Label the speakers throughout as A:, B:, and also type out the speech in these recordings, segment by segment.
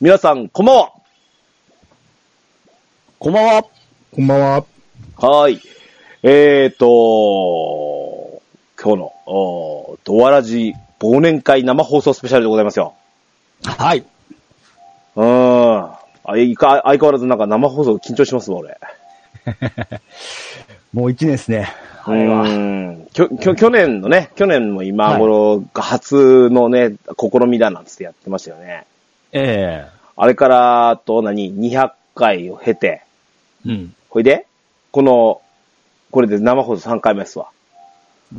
A: 皆さん、こんばんは。
B: こんばんは。
C: こんばんは。
A: はーい。えーと、今日の、おードワラジ忘年会生放送スペシャルでございますよ。
B: はい。
A: うーん。あいか相変わらずなんか生放送緊張しますわ、俺。
B: もう一年ですね。
A: うーん。きょ、きょ、去年のね、去年も今頃、初のね、試みだなんつってやってましたよね。
B: え
A: あれから、あと何、200回を経て、
B: えうん。
A: ほいで、この、これで生放送3回目ですわ。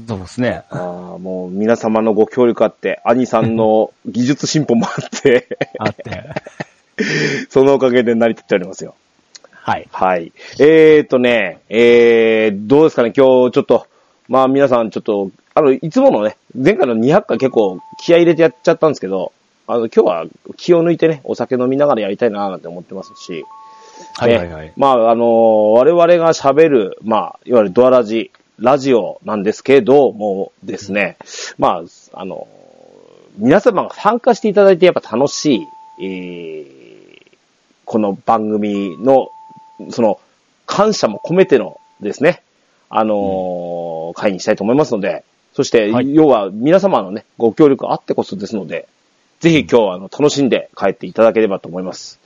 B: そうですね。
A: ああ、もう皆様のご協力あって、兄さんの技術進歩もあって、
B: あ って。
A: そのおかげで成り立っておりますよ。
B: はい。
A: はい。えーとね、えー、どうですかね、今日ちょっと、まあ皆さんちょっと、あの、いつものね、前回の200回結構気合い入れてやっちゃったんですけど、あの、今日は気を抜いてね、お酒飲みながらやりたいなーなんて思ってますし、
B: はいはいはい
A: ね。まあ、あのー我々が喋る、まあ、いわゆるドアラジ、ラジオなんですけどもですね、まあ、あのー皆様が参加していただいてやっぱ楽しい、えーこの番組の、その、感謝も込めてのですね、あのー会にしたいと思いますので、そして、
B: はい
A: 要は皆様のね、ご協力あってこそですので、ぜひ今日はあの楽しんで帰っていただければと思います。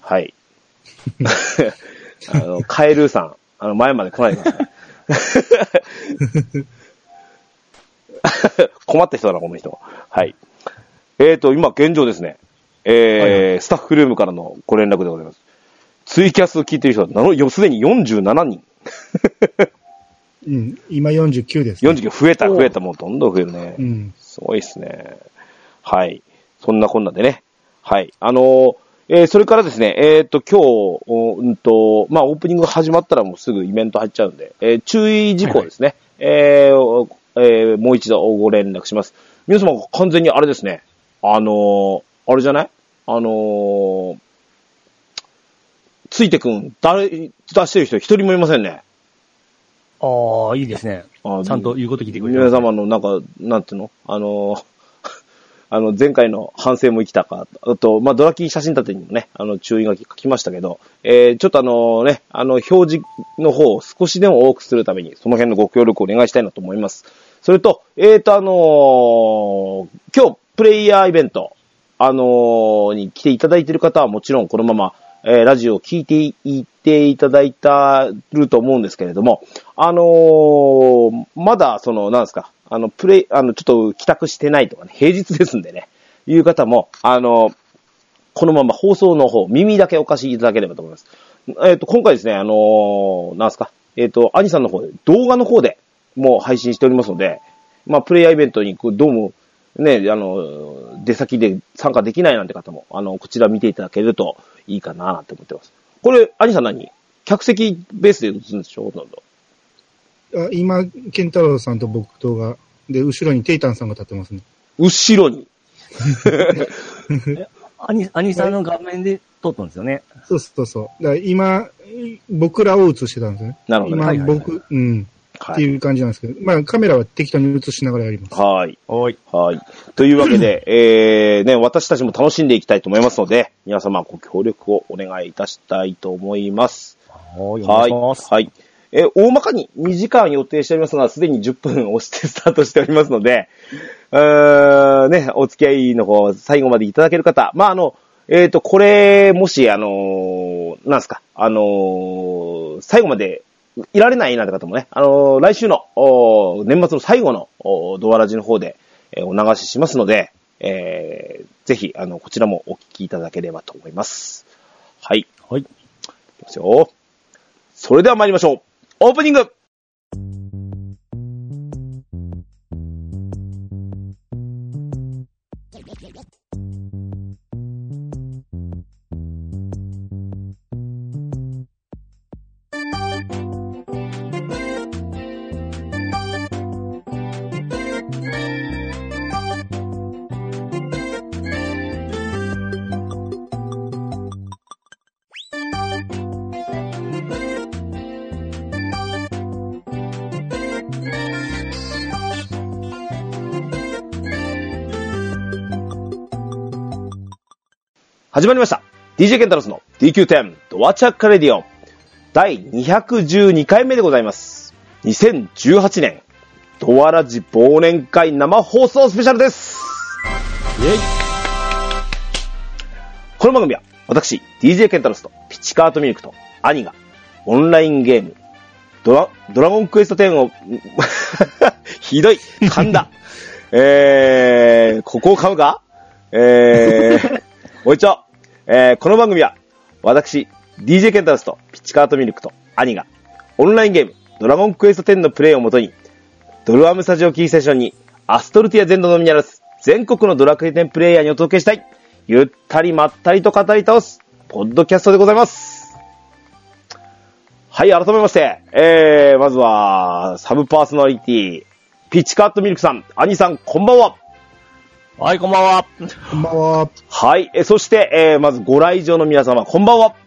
A: はい。あの、カエルーさん、あの、前まで来ないでください。 困った人だな、この人。はい。えーと、今、現状ですね。えー
B: はい
A: スタッフルームからのご連絡でございます。ツイキャス聞いてる人はなの、よすでに47人。
C: うん。今49です、
A: 49増えた、増えた、もうどんどん増えるね。
C: うん。
A: すごいですね。はい。そんなこんなでね。はい。あのーえーそれからですね、えっ、と、今日、おうんと、まあ、オープニング始まったらもうすぐイベント入っちゃうんで、えー注意事項ですね。えーおえーもう一度ご連絡します。皆様、完全にあれですね。あのーあれじゃないあのーついてくん、誰、出してる人一人もいませんね。
B: ああ、いいですね。
A: あー
B: ちゃんと言うこと聞いてくれ
A: 皆
B: る。
A: 様のなんか、なんていうのあの、 あの、前回の反省も生きたか、あと、まあ、ドラキー写真立てにもね、あの、注意書き書きましたけど、えー、ちょっとあのね、あの、表示の方を少しでも多くするために、その辺のご協力をお願いしたいなと思います。それと、えーと、あのー今日、プレイヤーイベント、あのーに来ていただいている方はもちろんこのまま、えーラジオを聞いていていただいたると思うんですけれども、あのーまだ、その、なんですか、あの、プレイ、あの、ちょっと帰宅してないとかね、平日ですんでね、いう方も、あのーこのまま放送の方、耳だけお貸しいただければと思います。えっ、と、今回ですね、あのーなんですか、えっ、と、アニさんの方で、動画の方でもう配信しておりますので、まあ、プレイヤーイベントに、こうどうも、ね、あの、出先で参加できないなんて方も、あの、こちら見ていただけるといいかななんて思ってます。これ、アニさん何客席ベースで打つんでしょほとんど。
C: あ今、ケンタロウさんと僕とが、で、後ろにテイタンさんが立ってますね。
A: 後ろに。
B: 兄兄さんの画面で撮ったんですよね。
C: そうそうそう。だから今、僕らを映してたんですよね。
A: なるほどね。
C: 今、
B: はいはいはい
C: 僕、うん、っ
A: は
C: て
A: い。
C: いう感じなんですけど、まあカメラは適当に映しながらやります。
A: はい。
B: はい。
A: はい。というわけで、えー、ね、私たちも楽しんでいきたいと思いますので、皆様ご協力をお願いいたしたいと思います。
B: はい。お願
A: はいい。
B: します。
A: はい。えー、大まかに2時間予定しておりますが、すでに10分押してスタートしておりますので、うーん、ね、お付き合いの方、最後までいただける方、まあ、あの、えっ、と、これ、もし、あのーなんすか、あのー最後までいられないなんて方もね、あのー来週の、おー年末の最後の、おードアラジの方で、えーお流ししますので、えーぜひ、あの、こちらもお聞きいただければと思います。はい。
B: はい。
A: いきますよ。それでは参りましょう。オープニング始まりました。DJ ケンタロスの DQ10 ドアチャッカレディオン第212回目でございます。2018年ドアラジ忘年会生放送スペシャルです。この番組は私、DJ ケンタロスとピチカートミルクと兄がオンラインゲームドラドラゴンクエスト10を、ん ひどい、噛んだ。えー、ここを噛むかえー、ご一聴、えー、この番組は、私、DJ ケンタロスとピッチカートミルクと兄が、オンラインゲーム、ドラゴンクエスト10のプレイをもとに、ドルアムスタジオキーステーションに、アストルティア全土のみならず、全国のドラクエ10プレイヤーにお届けしたい、ゆったりまったりと語り倒す、ポッドキャストでございます。はい、改めまして、えー、まずは、サブパーソナリティ、ピッチカートミルクさん、兄さん、こんばんは。
B: はい、こんばんは。
C: こんばんは。
A: はい、えそして、えーまずご来場の皆様、こんばんは。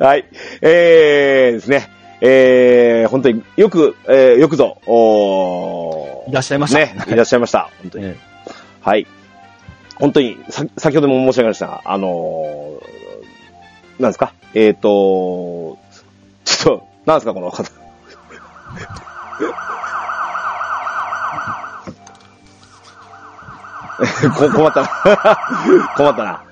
A: はい、えー、ですね、えー、本当によく、えーよくぞ、おー
B: いらっしゃいました
A: ね、いらっしゃいました。本当に。
B: え
A: はい。本当に、さ、先ほども申し上げましたが、あのー、なんですかえっ、ー、と、ちょっと、なんですかこの方。 こ困ったな。 困ったな。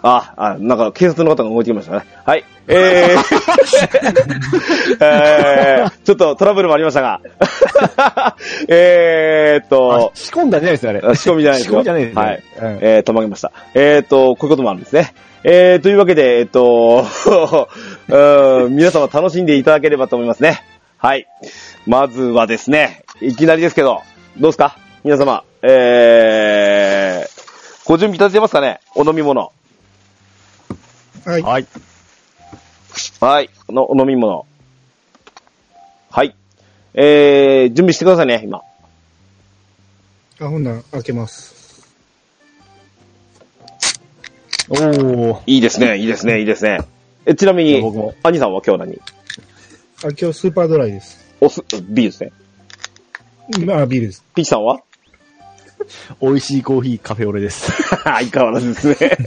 A: あ、あ、なんか警察の方が動いてきましたね。はい。えーえーちょっとトラブルもありましたが。 えーっと
B: あ、仕込んだんじゃないですよ、あれ。
A: あ 仕込みじゃないです
B: 仕込
A: よ
B: みじゃないですよ。
A: はい
B: うん
A: えー、とまげました。えーっと、こういうこともあるんですね。えー、というわけで、えーっと、 うん皆様楽しんでいただければと思いますね。はい。まずはですね、いきなりですけど、どうですか皆様、えー、ご準備いただけますかねお飲み物。
C: はい。
B: はい。
A: はい。の、お飲み物。はい。えー、準備してくださいね、今。
C: あ、ほんなら開けます。
B: おー。
A: いいですね、いいですね、いいですね。え、ちなみに
B: 僕も、
A: 兄さんは今日何
C: あ、今日スーパードライです。
A: お酢、ビールですね。
C: あ、ビールです。
A: ピッチさん は
B: 美味しいコーヒー、カフェオレです。
A: 相変わらずですね。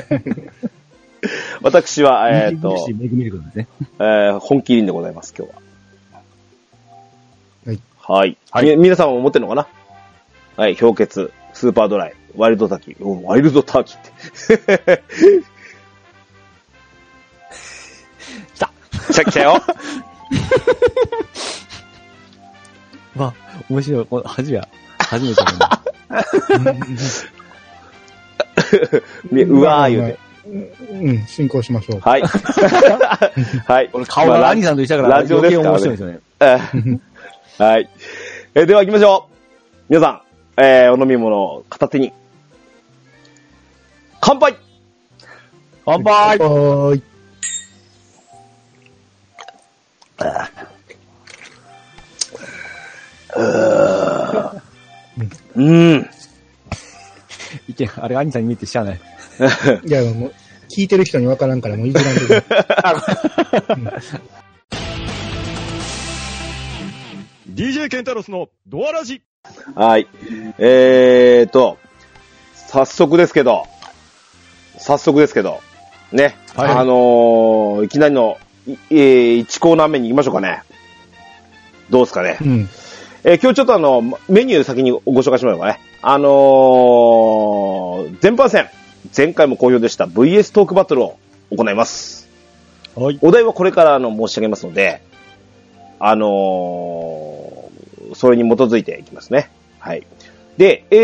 A: 私は、え っ、と、
B: メグミルクなんですね。
A: えー本麒麟でございます、今日は。
C: はい。
A: はい。
B: はい
A: み皆さんも持ってるのかなはい、氷結、スーパードライ、ワイルドターキー。おワイルドターキー って。
B: 来た。
A: 来た来たよ。
B: わ、面白い。これ初めや。初めてなんだ。
A: みうわー言うて。
C: て。うん、進行しましょう。
A: はい。はい。
B: 俺顔が兄さんと一緒だから、
A: ラジオですから
B: 面
A: ね
B: 白いですよね。
A: はい。えーでは行きましょう。皆さん、えーお飲み物を片手に。乾杯
B: 乾杯
C: はーい。
A: うん。
B: いけ、あれ、兄さんに見えてしゃあない。
C: いや、もう、聞いてる人にわからんから、もういじらんでくれ
D: DJ ケンタロスのドアラジ
A: はい。えーと、早速ですけど、早速ですけど、ね。
B: はい
A: あのーいきなりの、いえー、1コーナー目に行きましょうかね。どうですか ね。
C: うん。
A: えー今日ちょっとあの、メニュー先にご紹介しましょうかね。あのー、前半戦、前回も好評でした VS トークバトルを行います。
B: はい。
A: お題はこれからあの申し上げますので、あのーそれに基づいていきますね。はい。で、え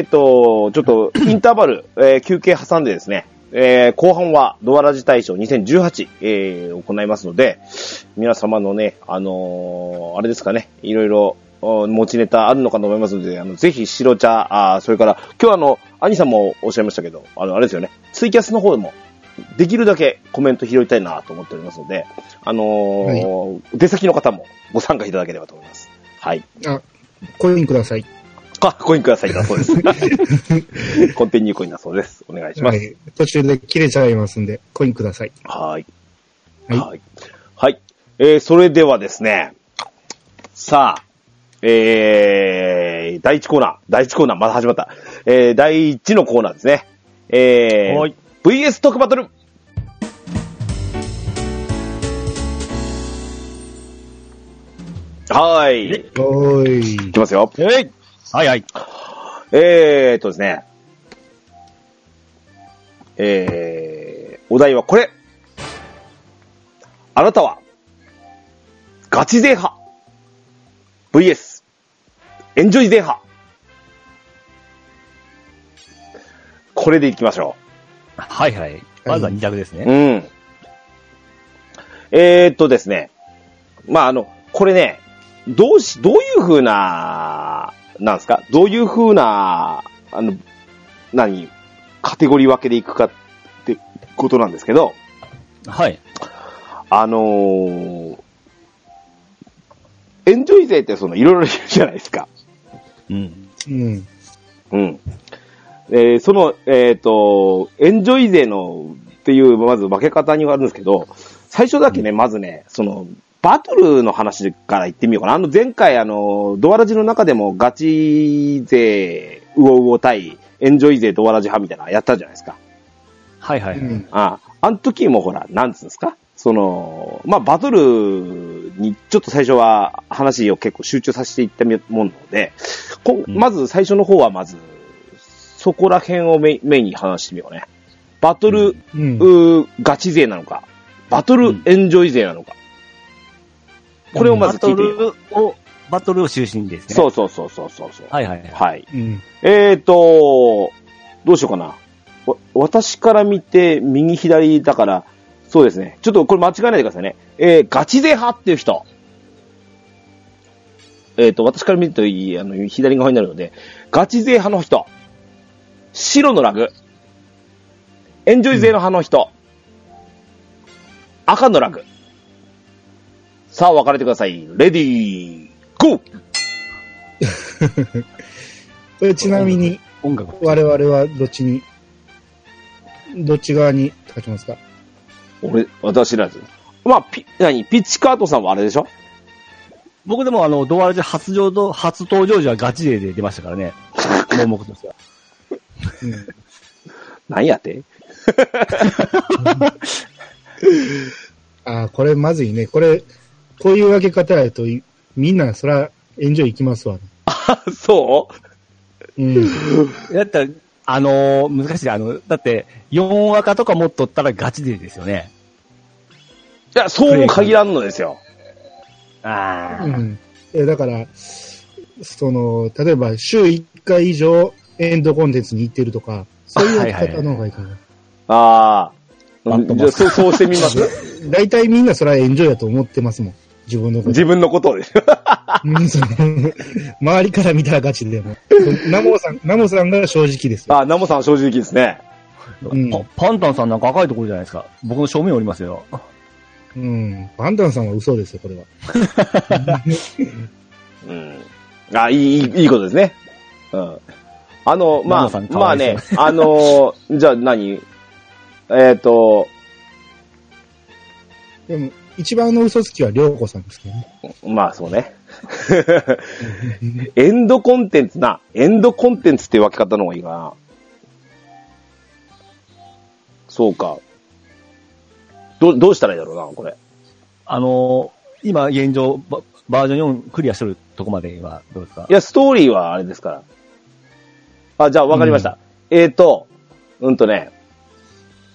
A: ーと、ちょっと インターバル、えー休憩挟んでですね、えー後半はドアラジ大賞2018、えー行いますので、皆様のね、あのーあれですかね、いろいろ、お持ちネタあるのかと思いますので、あの、ぜひ白茶、あーそれから、今日あの、兄さんもおっしゃいましたけど、あの、あれですよね、ツイキャスの方でも、できるだけコメント拾いたいなと思っておりますので、あのー出先の方もご参加いただければと思います。はい。
C: あ、コインください。
A: あ、コインくださいだそうです。コンティニューコインだそうです。お願いしま
C: は
A: す。
C: い。途中で切れちゃいますんで、コインください。
A: はい。
C: はい
A: はい。はい。えー、それではですね、さあ、えー、第1コーナー、第1コーナー、まだ始まった。えー、第1のコーナーですね。えー、
D: はい
A: VS 特バトルはーい。い
C: おーい
A: き。ますよ。
B: えいはいはい。
A: えーっとですね。えー、お題はこれ。あなたは、ガチ勢派。VS、エンジョイ勢派。これでいきましょ
B: はいはい。まずは2択です
A: う。う
B: ね。
A: ん。えーっとですね。まあ、あの、これね、どうし、どういう風な、なんですかどういう風な、あの、何、カテゴリー分けでいくかってことなんですけど、
B: はい。
A: あのーエンジョイ勢ってその、いろいろいるじゃないですか。
B: うん。
C: うん。
A: うん。えーその、えっ、と、エンジョイ勢のっていう、まず分け方にはあるんですけど、最初だけね、まずね、その、バトルの話から言ってみようかな。あの、前回、あの、ドアラジの中でもガチ勢、ウオウオ対、エンジョイ勢ドアラジ派みたいなのやったじゃないですか。
B: はいは
C: う
B: いはい。
C: ん。
A: あ、あの時もほら、なんつうんですかその、まあ、バトルにちょっと最初は話を結構集中させていったもんので、こ
B: うん
A: まず最初の方はまず、そこら辺をメインメインに話してみようね。バトル、
C: うん。
A: うーガチ勢なのか、バト
B: う
A: ル
B: ん
A: エンジョイ勢なのか。これをま
B: バ
A: ず聞
B: ト
A: いてみよう。
B: ルを、バトルを中心にですね。。
A: そううそうそうそうそうそう。
B: はいはいはい。
A: はい。
C: うん。
A: えーと、どうしようかな。わ私から見て、右左だから、そうですね。ちょっとこれ間違えないでくださいね。えー、ガチ勢派っていう人。えーと、私から見るといい、あの、左側になるので、ガチ勢派の人。白のラグ。エンジョイ勢の派の人。赤のラグ。さあ、分かれてください。レディー、ゴー
C: これちなみに、
B: 音楽。
C: 我々はどっちに、どっち側に立ちますか
A: 俺、私らです。まあ、ピ、何ピッチカートさんはあれでしょ
B: 僕でもあの、ドアラジ初上と、初登場時はガチ勢で出ましたから ね。盲目としては。
C: うん。
A: 何や って
C: ああ、これまずいね。これ、こういう分け方やと、いみんなそら、エンジョイ行きますわ、ね。
A: そう
C: うん。
B: だったら、あのー難しい。あの、だって、4赤とか持っとったらガチ勢ですよね。
A: いや、そうも限らんのですよ。
B: ああ。
C: うん。えだから、その、例えば週1回以上エンドコンテンツに行ってるとか、そういうやり方の方がいいかな。
A: あ
B: バ
A: あ。
B: ットマン
A: じゃあ、そう、そうしてみ ます。
C: 大体みんなそれはエンジョイやと思ってますもん。自分のこと。
A: 自分のことを です。
C: うん その周りから見たらガチでも。ナモさん、ナモさんが正直ですよ。
A: ああ、ナモさんは正直ですね。
C: うん
B: パパンタンさんなんか赤いところじゃないですか。僕の正面おりますよ。
C: うん。パンダンさんは嘘ですよ、これは。
A: うん。あいい、いいいいことですね。うん。あの、ま
B: ナ
A: あ
B: モさん、か
A: ま
B: わ
A: あ
B: いそう
A: ね、あの、じゃあ何えっ、と、
C: でも、一番の嘘つきは涼子さんですけどね。
A: まあそうね。 エンドコンテンツな、エンドコンテンツっていう分け方の方がいいかな。そうか。ど、どうしたらいいだろうな、これ。
B: あのー今現状バ、バージョン4クリアしてるとこまではどうですか
A: いや、ストーリーはあれですから。あ、じゃあ分かりました。えーと、うんとね、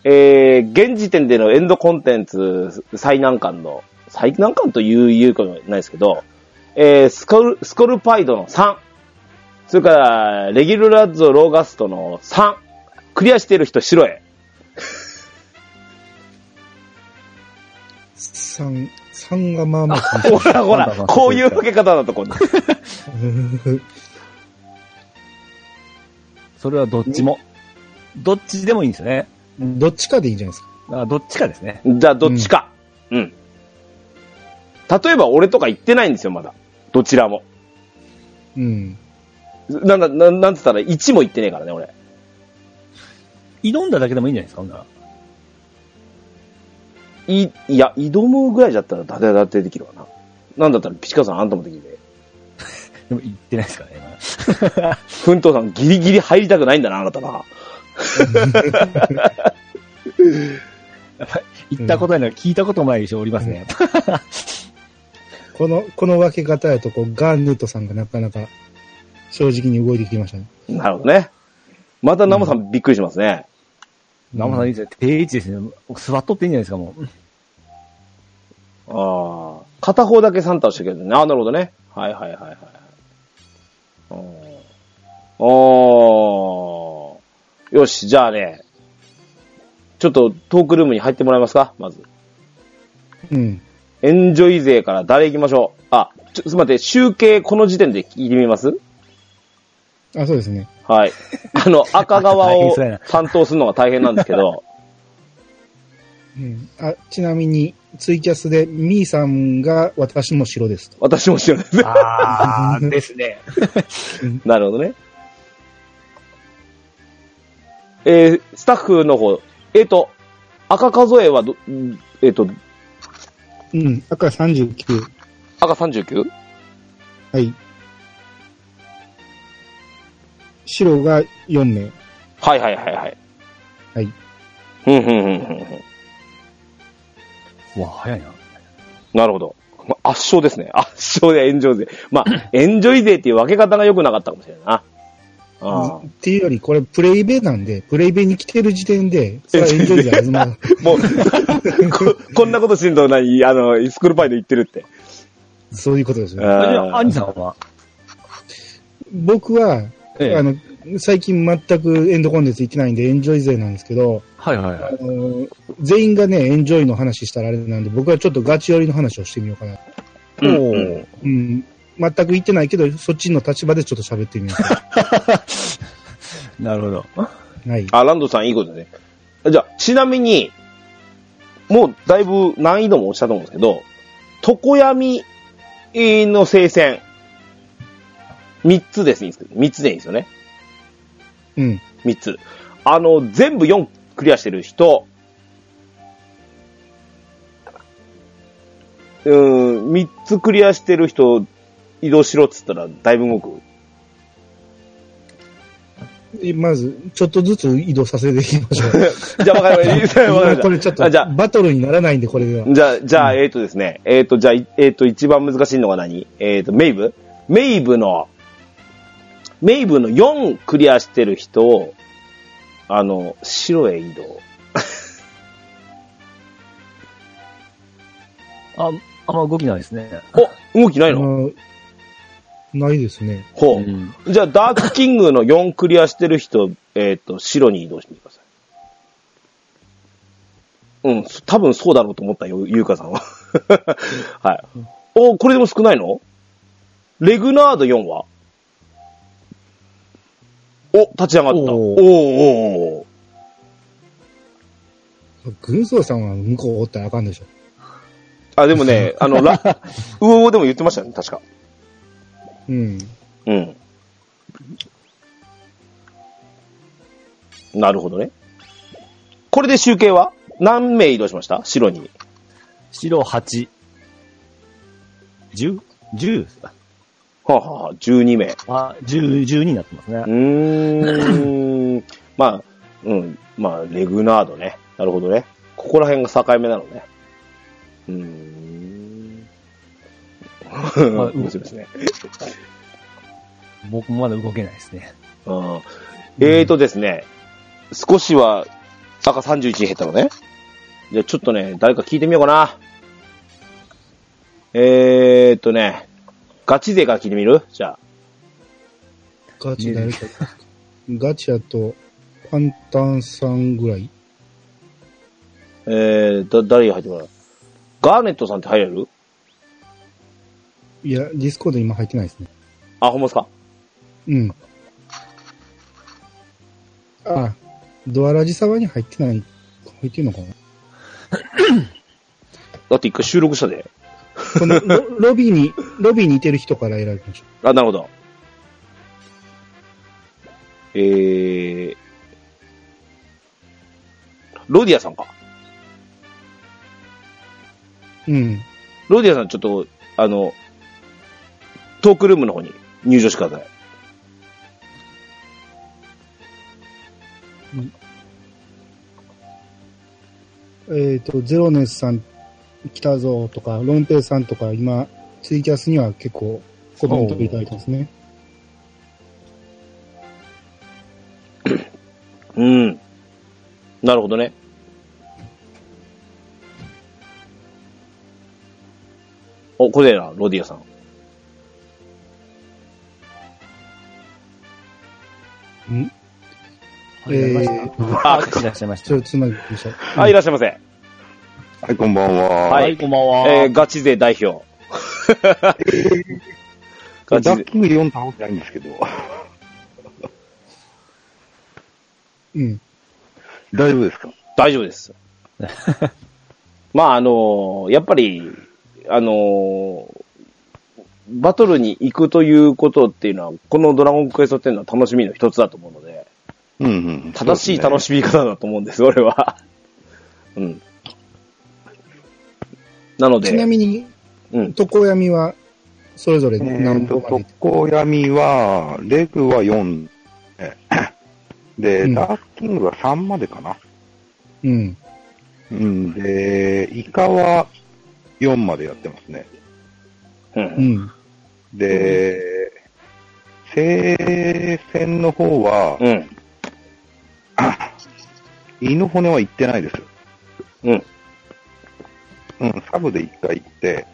A: えー、現時点でのエンドコンテンツ最難関の、最難関という、言うかもないですけど、えー、スコル、スコルパイドの3。それから、レギュラッゾ・ローガストの3。クリアしてる人、白へ。
C: 3、3がまあまあ気に
A: ほらほら
B: パンダさ、ん
A: こういう分け方だとこう。
B: それはどっちも。どっちでもいいんですよね。
C: どっちかでいいんじゃないですか。
B: だからどっちかですね。
A: じゃあ、どっちか。うん。例えば、俺とか言ってないんですよ、まだ。どちらも。
C: うん。
A: なんだ、なん、なんつったら1も言ってねえからね、俺。
B: 挑んだだけでもいいんじゃないですか、ほんなら。
A: い、いや、挑むぐらいだったら誰だってできるわな。なんだったら、ピチカさんあんたもできるで。
B: でも行ってないですからね、今
A: ふんとうさん、ギリギリ入りたくないんだな、あなたな。
B: 行ったことないのは聞いたこともない人おりますね。
C: この、この分け方やと、こう、ガーネットさんがなかなか正直に動いてきましたね。
A: なるほどね。またナモさんびっくりしますね。
B: 生さんいいですね。定位置ですね。座っとっていいんじゃないですか、もう。
A: ああ。片方だけサンタをしてくれるね。ああ、なるほどね。はいはいはいはい。あーあー。よし、じゃあね。ちょっとトークルームに入ってもらえますかまず。
C: うん。
A: エンジョイ勢から誰行きましょうあ、ちょ、すみません。集計この時点で聞いてみます
C: あ、そうですね。
A: はい。あの、赤側
B: 大変
A: を
B: そうやな
A: 担当するのが大変なんですけ ど。
C: うん。あ、ちなみに、ツイキャスで、ミーさんが私も白ですと。
A: 私も知らないです。
B: あー、ですね。
A: なるほどね。えースタッフの方、えっ、と、赤数えはど、んえっ、と、
C: うん。赤39。
A: 赤 39?
C: はい。白が4名。
A: はいはいはいはい。
C: はい。
A: ふんふんふんふんふん。
B: う わ、早いな。
A: なるほど。まあ圧勝ですね。圧勝で炎上勢。ま あ、炎上勢っていう分け方が良くなかったかもしれないな。ああ
C: っていうより、これプレイベなんで、プレイベに来てる時点で、それはエンジョイじゃ始 まる。
A: もうこ、 こんなことしんどない、あの、スクールパイで言ってるって。
C: そういうことです
A: じ
C: よね。
B: じゃあ、アニさんは
C: 僕は、
B: え
C: あ
B: え。
C: の、最近全くエンドコンテンツ行ってないんで、エンジョイ勢なんですけど、
B: はいはいは
C: あ
B: い。
C: の全員がね、エンジョイの話したらあれなんで、僕はちょっとガチ寄りの話をしてみようかな。
A: うん
B: お
A: う
B: ー
A: ん
C: うん。全く行ってないけど、そっちの立場でちょっと喋ってみようか
B: なるほど。
C: な。はい。
A: あ、ランドさんいいことね。じゃあ、ちなみに、もうだいぶ難易度も落ちたと思うんですけど、常闇の聖戦、3つです、いいんですけど、3つでいいんですよね。
C: うん。
A: 3つ。あの、全部4クリアしてる人、うーん、3つクリアしてる人、移動しろっつったら、だいぶ動く。
C: えまず、ちょっとずつ移動させていきましょう。
A: じゃあ、わかり ました。わかりました
C: これちょっ
A: あ
C: と
A: じゃあ、
C: バトルにならないんで、これでは。
A: じゃあ、じゃあ、えーとですね、えーと、じゃあ、いえーと、一番難しいのが何えーと、メイブメイブの、メイブの4クリアしてる人を、あの、白へ移動。
B: あ、あんま動きないですね。
A: お動きない
C: あ
A: の
C: のないですね。
A: ほ
B: うん
A: う。じゃあ、ダークキングの4クリアしてる人、えーと、白に移動してください。うん、多分そうだろうと思ったよ、ゆうかさんは。 はい。お、これでも少ないのレグナード4はお、立ち上がった。おーお
B: おー
A: ーおー
C: 軍曹さんは向こうおったらあかんでしょ。
A: あ、でもね、あの、 ラ、うおーでも言ってましたね、確か。
C: うん。
A: うん。なるほどね。これで集計は何名移動しました白に。
B: 白8。10? 10ですか
A: はあ、はあはあ、12名。
B: あ、10、12になってますね
A: う。ーん。 まあ、うん。まあ、レグナードね。なるほどね。ここら辺が境目なのね。うーん。
B: まあ
A: 面白いですね。
B: 僕もまだ動けないですね。
A: うんえーとですね、少しは赤31に減ったのね。じゃあちょっとね、誰か聞いてみようかな。えーとね、ガチ勢から聞いてみるじゃあ。
C: ガチ誰か。ガチやと、パンタンさんぐらい。
A: えー、だ、誰が入ってもらうガーネットさんって入れる
C: いや、ディスコード今入ってないですね。
A: あ、ほんまっすか
C: うん。あ、ドアラジサワに入ってない、入ってんのかな
A: だって一回収録したで。
C: このロ、ロビーに、ロビーにいてる人から選びましょ
A: あ、なるほど。えー、ロディアさんか。
C: う。うん。
A: ロディアさん、ちょっと、あの、トークルームの方に入場してください。
C: えっ、と、ゼロネスさん来たぞとか、ロンペイさんとか、今、ツイキャスには結構コメントいただいてますね。
A: うん。なるほどね。お、これだよな、ロディアさん。
C: ん
B: ありがとうございました
A: あ
B: あいらっしゃいまし
C: ちょ
B: た
C: っ。とつまりください。
A: はい、いらっしゃいませ。
E: はい、こんばんは。
A: はい
B: こんばんは。
A: えー、ガチ勢代表。 ガ
E: ダ
A: チ
E: ッ
A: 勢。
E: キング4倒してないんですけど、
C: うん。
E: 大丈夫ですか
A: 大丈夫です。まあ、あのーやっぱり、あのーバトルに行くということっていうのは、このドラゴンクエスト10の楽しみの一つだと思うので、
E: うんうん。
A: 正しい楽
E: し
A: しみ方だと思うんです、俺は。うん。なので、
C: ちなみに、
A: うん。
C: 床闇は、それぞれ
E: み。え
C: 何
E: ーと
C: 個、まで、
E: 特攻闇は、レグは4。え で、
C: うん
E: ダークキングは3までかな。
C: うん。
E: うん。で、イカは4までやってますね。
A: う。
C: うんん。
E: で、聖戦の方は、
A: うん。
E: 胃の骨は行ってないですよ。
A: うん。
E: うん、サブで一回行って、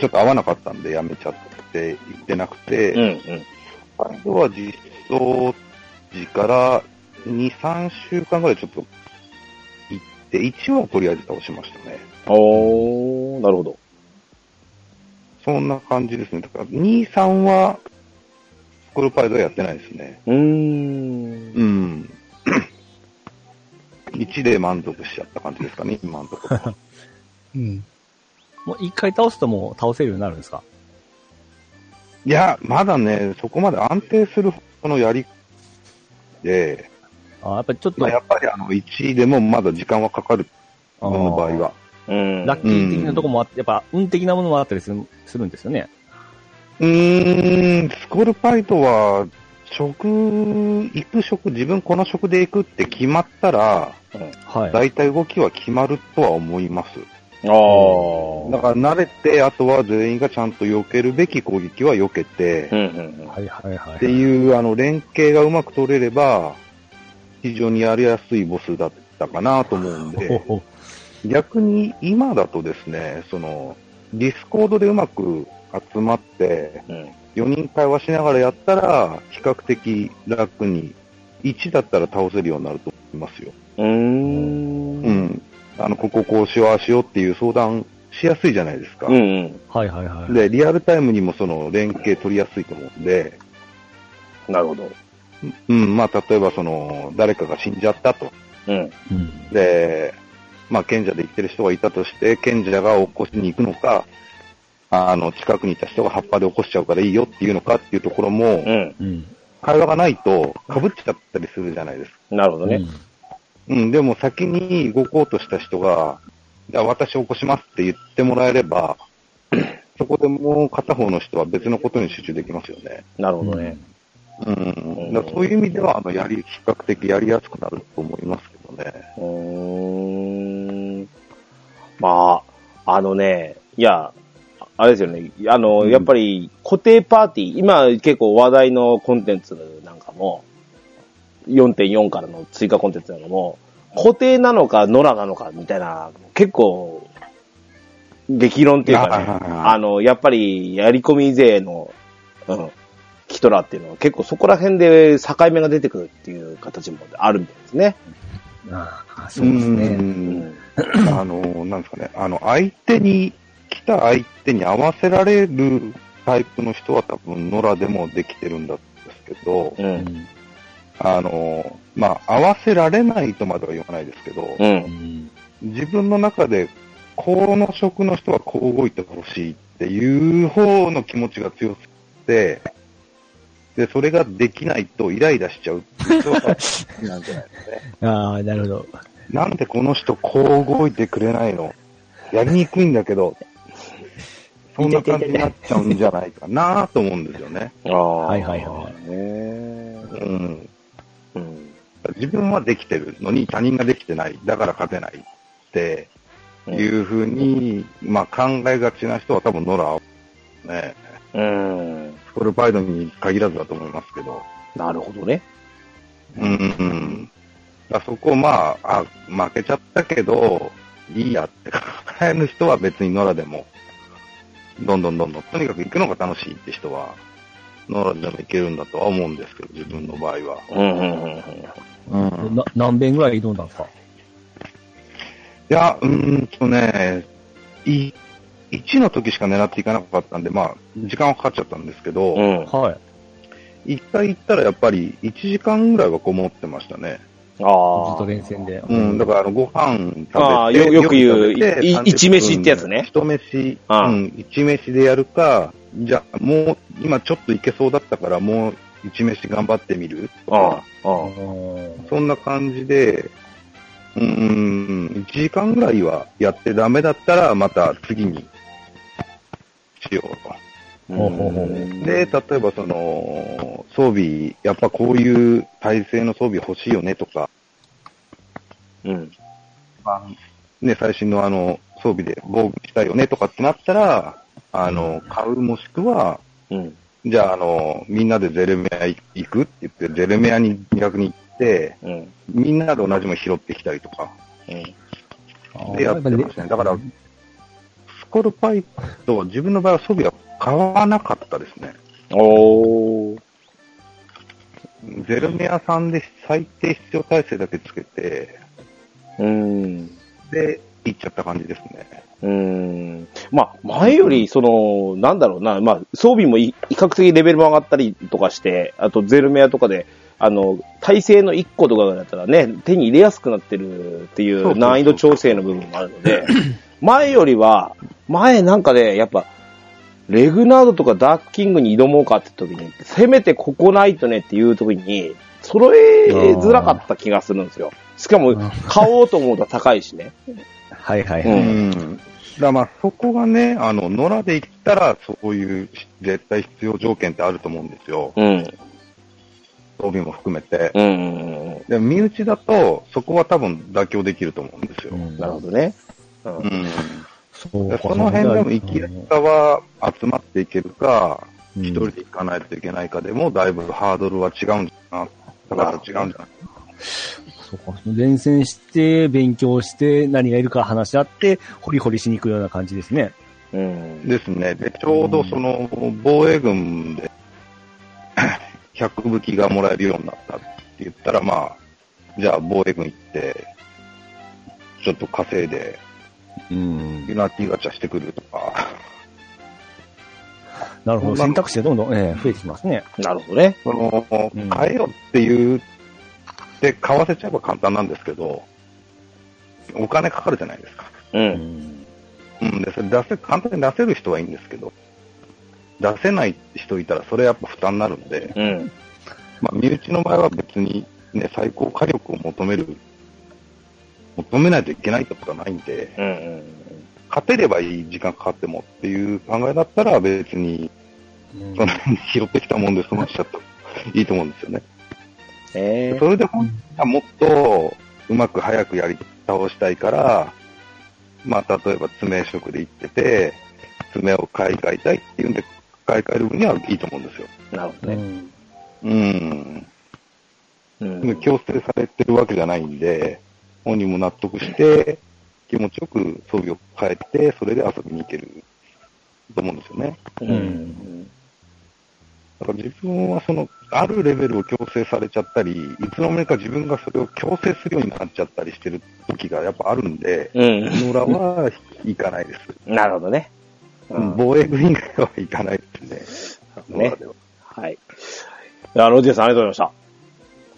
E: ちょっと合わなかったんでやめちゃって行ってなくて、
A: うん。うん。
E: 最後は実装時から2、3週間ぐらいちょっと行って、1話をとりあえず倒しましたね。
A: おー、なるほど。
E: そんな感じですね。だから2、3はスクールパイドはやってないですね。
A: うーん。
E: うん。1で満足しちゃった感じですかね、今のところ。
C: うん。
B: もう一回倒すともう倒せるようになるんですか
E: いや、まだね、そこまで安定するほどのやりで、
B: あやっぱりちょっと、
E: まあ、やっぱりあの1位でもまだ時間はかかる、
B: あ
E: この場合
B: ー
E: は。
A: うん。
B: ラッキー的なとこもあって、やっぱ運的なものもあったりするするんですよね。
E: うーん、スコールパイトは、食、行く食、自分この食で行くって決まったら、
B: はい。
E: 大体動きは決まるとは思います。
A: あー。
E: だから慣れて、あとは全員がちゃんと避けるべき攻撃は避けて、
A: う
E: っ
A: んうん
B: はいはいはい。
E: ていう、あの、連携がうまく取れれば、非常にやりやすいボスだったかなと思うんで。
B: ほうほう
E: 逆に今だとですね、その、ディスコードでうまく集まって、
A: うん。うん
E: 4人会話しながらやったら、比較的楽に、1だったら倒せるようになると思いますよ。
A: うーん。
E: う。ん。あの、こここうしよう、ああしようっていう相談しやすいじゃないですか。
A: うんうん。
B: はいはいはい。
E: で、リアルタイムにもその連携取りやすいと思うんで、
A: なるほど。
E: うん、まあ、例えばその、誰かが死んじゃったと。
A: うん。
B: うん
E: で、まあ、賢者で行ってる人がいたとして、賢者が起こしに行くのか、あの、近くにいた人が葉っぱで起こしちゃうからいいよっていうのかっていうところ
A: う、
E: も
A: ん。
B: うん。
E: 会話がないと被っちゃったりするじゃないですか。
A: なるほどね。
E: うん、でも先に動こうとした人が、じゃあ私起こしますって言ってもらえ れば、そこでもう片方の人は別のことに集中できますよね。
A: なるほ
B: うん。
A: どね。
E: うん、だからそういう意味では、あの、やり、比較的やりやすくなると思いますけどね。
A: うーん。まあ、あのね、いや、あれですよね。あの、やっぱり固定パーティー、今結構話題のコンテンツなんかも、4.4からの追加コンテンツなんかも、固定なのか、野良なのか、みたいな、結構、激論っていうかね、
E: あ
A: あの、やっぱり、やり込み勢の、うん、キトラっていうのは結構そこら辺で境目が出てくるっていう形もあるみたいですね。
B: あーそうです
E: う
B: ね。
A: うんん。
E: あの、なんですかね、あの、相手に、来た相手に合わせられるタイプの人は多分、野良でもできてるんだんですけど、
A: う。
B: うんん。
E: あの、まあ、合わせられないとまでは言わないですけど、
A: う。
B: うんん
E: 自分の中で、この職の人はこう動いてほしいっていう方の気持ちが強くて、で、それができないとイライラしちゃうっていう人はなんじゃないですかね。
B: ああ、なるほど。
E: なんでこの人こう動いてくれないのやりにくいんだけど、そんな感じになっちゃうんじゃないかなと思うんですよね。
A: ああ。。
B: はいはいはい
A: ね
E: うん。
A: うん。
E: 自分はできてるのに他人ができてない。だから勝てないっていうふうに、まあ考えがちな人は多分ノラ、ね、
A: うん。
E: スコルバイドに限らずだと思いますけど。
A: なるほどね。
E: うんうん。だからそこ、まあ、あ、負けちゃったけど、いいやって考える人は別にノラでも、どんどんどんどん、とにかく行くのが楽しいって人は、ノラでも行けるんだとは思うんですけど、自分の場合は。
A: うんうんうん
E: うん。い
B: な何遍ぐらい挑んだんですか
E: や、うーんとね、い、1の時しか狙っていかなかったんで、まあ、時間はかかっちゃったんですけ
A: う
E: ど、
A: ん。うん。
B: はい。
E: 一回行ったらやっぱり1時間ぐらいはこもってましたね。
A: ああ。
B: ずっと厳選で。
E: うん、だからあのご飯食べて。
A: ああよよく言う
E: 夜食べて
A: いい
E: 30分
A: 一飯ってやつね
E: 一飯、
A: ああ
E: うん、一飯でやるか、じゃあもう、今ちょっといけそうだったから、もう一飯頑張ってみると
A: あ
E: か、
A: あ。ああ。
B: う
E: そんな感じで、うん、1時間ぐらいはやってダメだったら、また次にしようと。
B: ほうほうほう
E: で、例えばその、装備、やっぱこういう体制の装備欲しいよねとか、
A: うん。
E: ね、最新のあの、装備で防具したいよねとかってなったら、あの、買うもしくは、
A: うん。
E: じゃああの、みんなでゼルメア行くって言って、ゼルメアに逆に行って、
A: うん。
E: みんなで同じもの拾ってきたりとか、
A: うん。
B: ん。
E: でやってましたね。だから、スコルパイとは自分の場合は装備は買わなかったですね。
A: おー。
E: ゼルメアさんで最低必要体制だけつけて、
A: うん。
E: で、行っちゃった感じですね。
A: うーんまあ、前より、その、なんだろうな、まあ、装備もい比較的レベルも上がったりとかして、あとゼルメアとかで、あの、体勢の1個とかだったらね、手に入れやすくなってるってい
E: そうそう
A: う
E: そう
A: 難易度調整の部分もあるので、 前よりは、前なんかね、やっぱ、レグナードとかダークキングに挑もうかって時に、せめてここないとねっていう時に、揃えづらかった気がするんですよ。しかも、買おうと思うと高いしね。
B: はいはいうはい。
A: ん
E: うん。だからまあそこがね、あの、野良で行ったら、そういう絶対必要条件ってあると思うんですよ。
A: うん。
E: 装備も含めて。
A: うんうんうん。
E: で、身内だと、そこは多分妥協できると思うんですよ。
A: なるほどね。
E: うん。
B: そう
E: だ
B: か。
E: からその辺でも行きやすさは集まっていけるか、
B: うん
E: 一人で行かないといけないかでも、だいぶハードルは違うんじゃな、だから違うんじゃない
B: そうか。前線して、勉強して、何がいるか話し合って、ホリホリしに行くような感じですね。
A: うん。
E: ですね。で、ちょうどその、防衛軍で、100武器がもらえるようになったって言ったら、まあ、じゃあ防衛軍行って、ちょっと稼いで、
B: うん。
E: ユナティガチャしてくるとか、
B: なるほど。選択肢がどんどん、ええ増えてきますね。
A: なるほどね。
E: その、
B: うん
E: 買えよっていう、で、買わせちゃえば簡単なんですけど、お金かかるじゃないですか。
A: う。
B: うんん。
E: うん、で、それ出せ、簡単に出せる人はいいんですけど、出せない人いたら、それやっぱ負担になるので、
A: うん。
E: まあ、身内の場合は別に、ね、最高火力を求める、求めないといけないとかないんで、
A: うんうん。
E: 勝てればいい時間かかってもっていう考えだったら別に、その辺に拾ってきたもんで済ましちゃったいいと思うんですよね。
A: ええ
E: それで本当はもっとうまく早くやり倒したいから、まあ、例えば爪食で行ってて、爪を買い替えたいっていうんで、買い替える分にはいいと思うんですよ。
A: なるほ
B: う
A: どね。
B: ん。
E: うん。
A: うん。
E: 強制されてるわけじゃないんで、本人も納得して、気持ちよく装備を変えて、それで遊びに行けると思うんですよね。
A: う
B: うんん。
E: だから自分はその、あるレベルを強制されちゃったり、いつの間にか自分がそれを強制するようになっちゃったりしてる時がやっぱあるんで、
A: うん。
E: 野良は行かないです。
A: なるほどね。うん
E: 防衛軍以外は行かないですね。
A: ね
E: 野良では
A: はい。いや、ロジェさんありがとうございま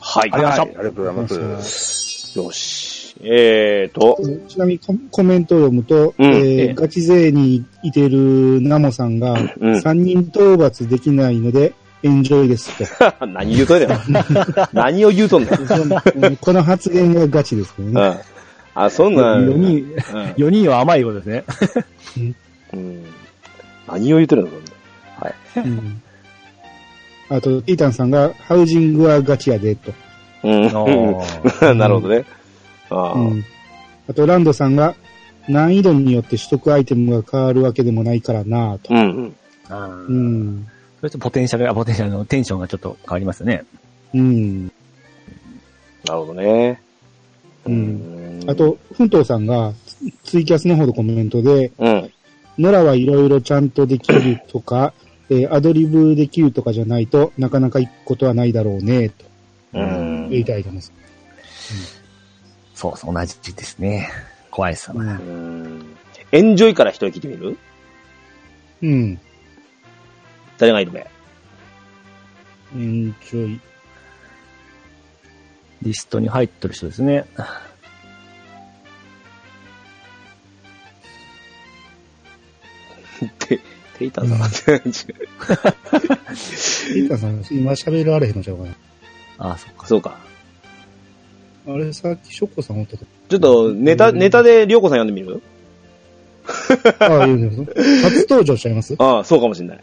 A: した。はい。
B: ありがとうございました
E: はいありがとうございます。
A: よし。えーと、
C: ちなみにココメントを読むと、
A: うん
C: え
A: ええ
C: ーガチ勢にいてるナモさんが、
A: うん
C: 3人討伐できないので、エンジョイですって。
A: 何言うとんね ん。何を言うとんねん。うん。
C: うんこの発言がガチですけどね。
A: あ、そんなん。
B: 4人、
A: う
B: 4人は甘いようですね。
A: ん。うん。何を言ってるのか、
C: うんあと、ティータンさんが、ハウジングはガチやで、と。
A: うん。 なるほどね。ああ、
C: うんあと、ランドさんが、難易度によって取得アイテムが変わるわけでもないからなぁと。
A: うん。
B: う。
C: うんん。
B: それとポテンシャルが、ポテンシャルのテンションがちょっと変わりますよね。
C: うん。
A: なるほどね。。
C: うんあ、と、奮闘さんが、ツツイキャスの方のコメントで、
A: うん。
C: ノラはいろいろちゃんとできると か、えーアドリブできるとかじゃないとなかなか行くことはないだろうね、と
A: うん。
C: 言いたいと思います。
B: そうそう、同じですね。怖いですよね。
A: うんエンジョイから人を聞いてみる
C: うん。
A: 誰がいるべ
C: エンジョイ。
B: リストに入ってる人ですね。
A: て、テイタンさんが違う。
C: ティータンさん、今喋られへんのちゃうかな。
B: ああ、そっか。
A: そうか。
C: あれ、さっきショッコさんおったと。
A: ちょっと、ネタ、ネタでりょうこさん読んでみる
C: ああ、いいですよ初登場しちゃいます
A: ああ、そうかもしれない。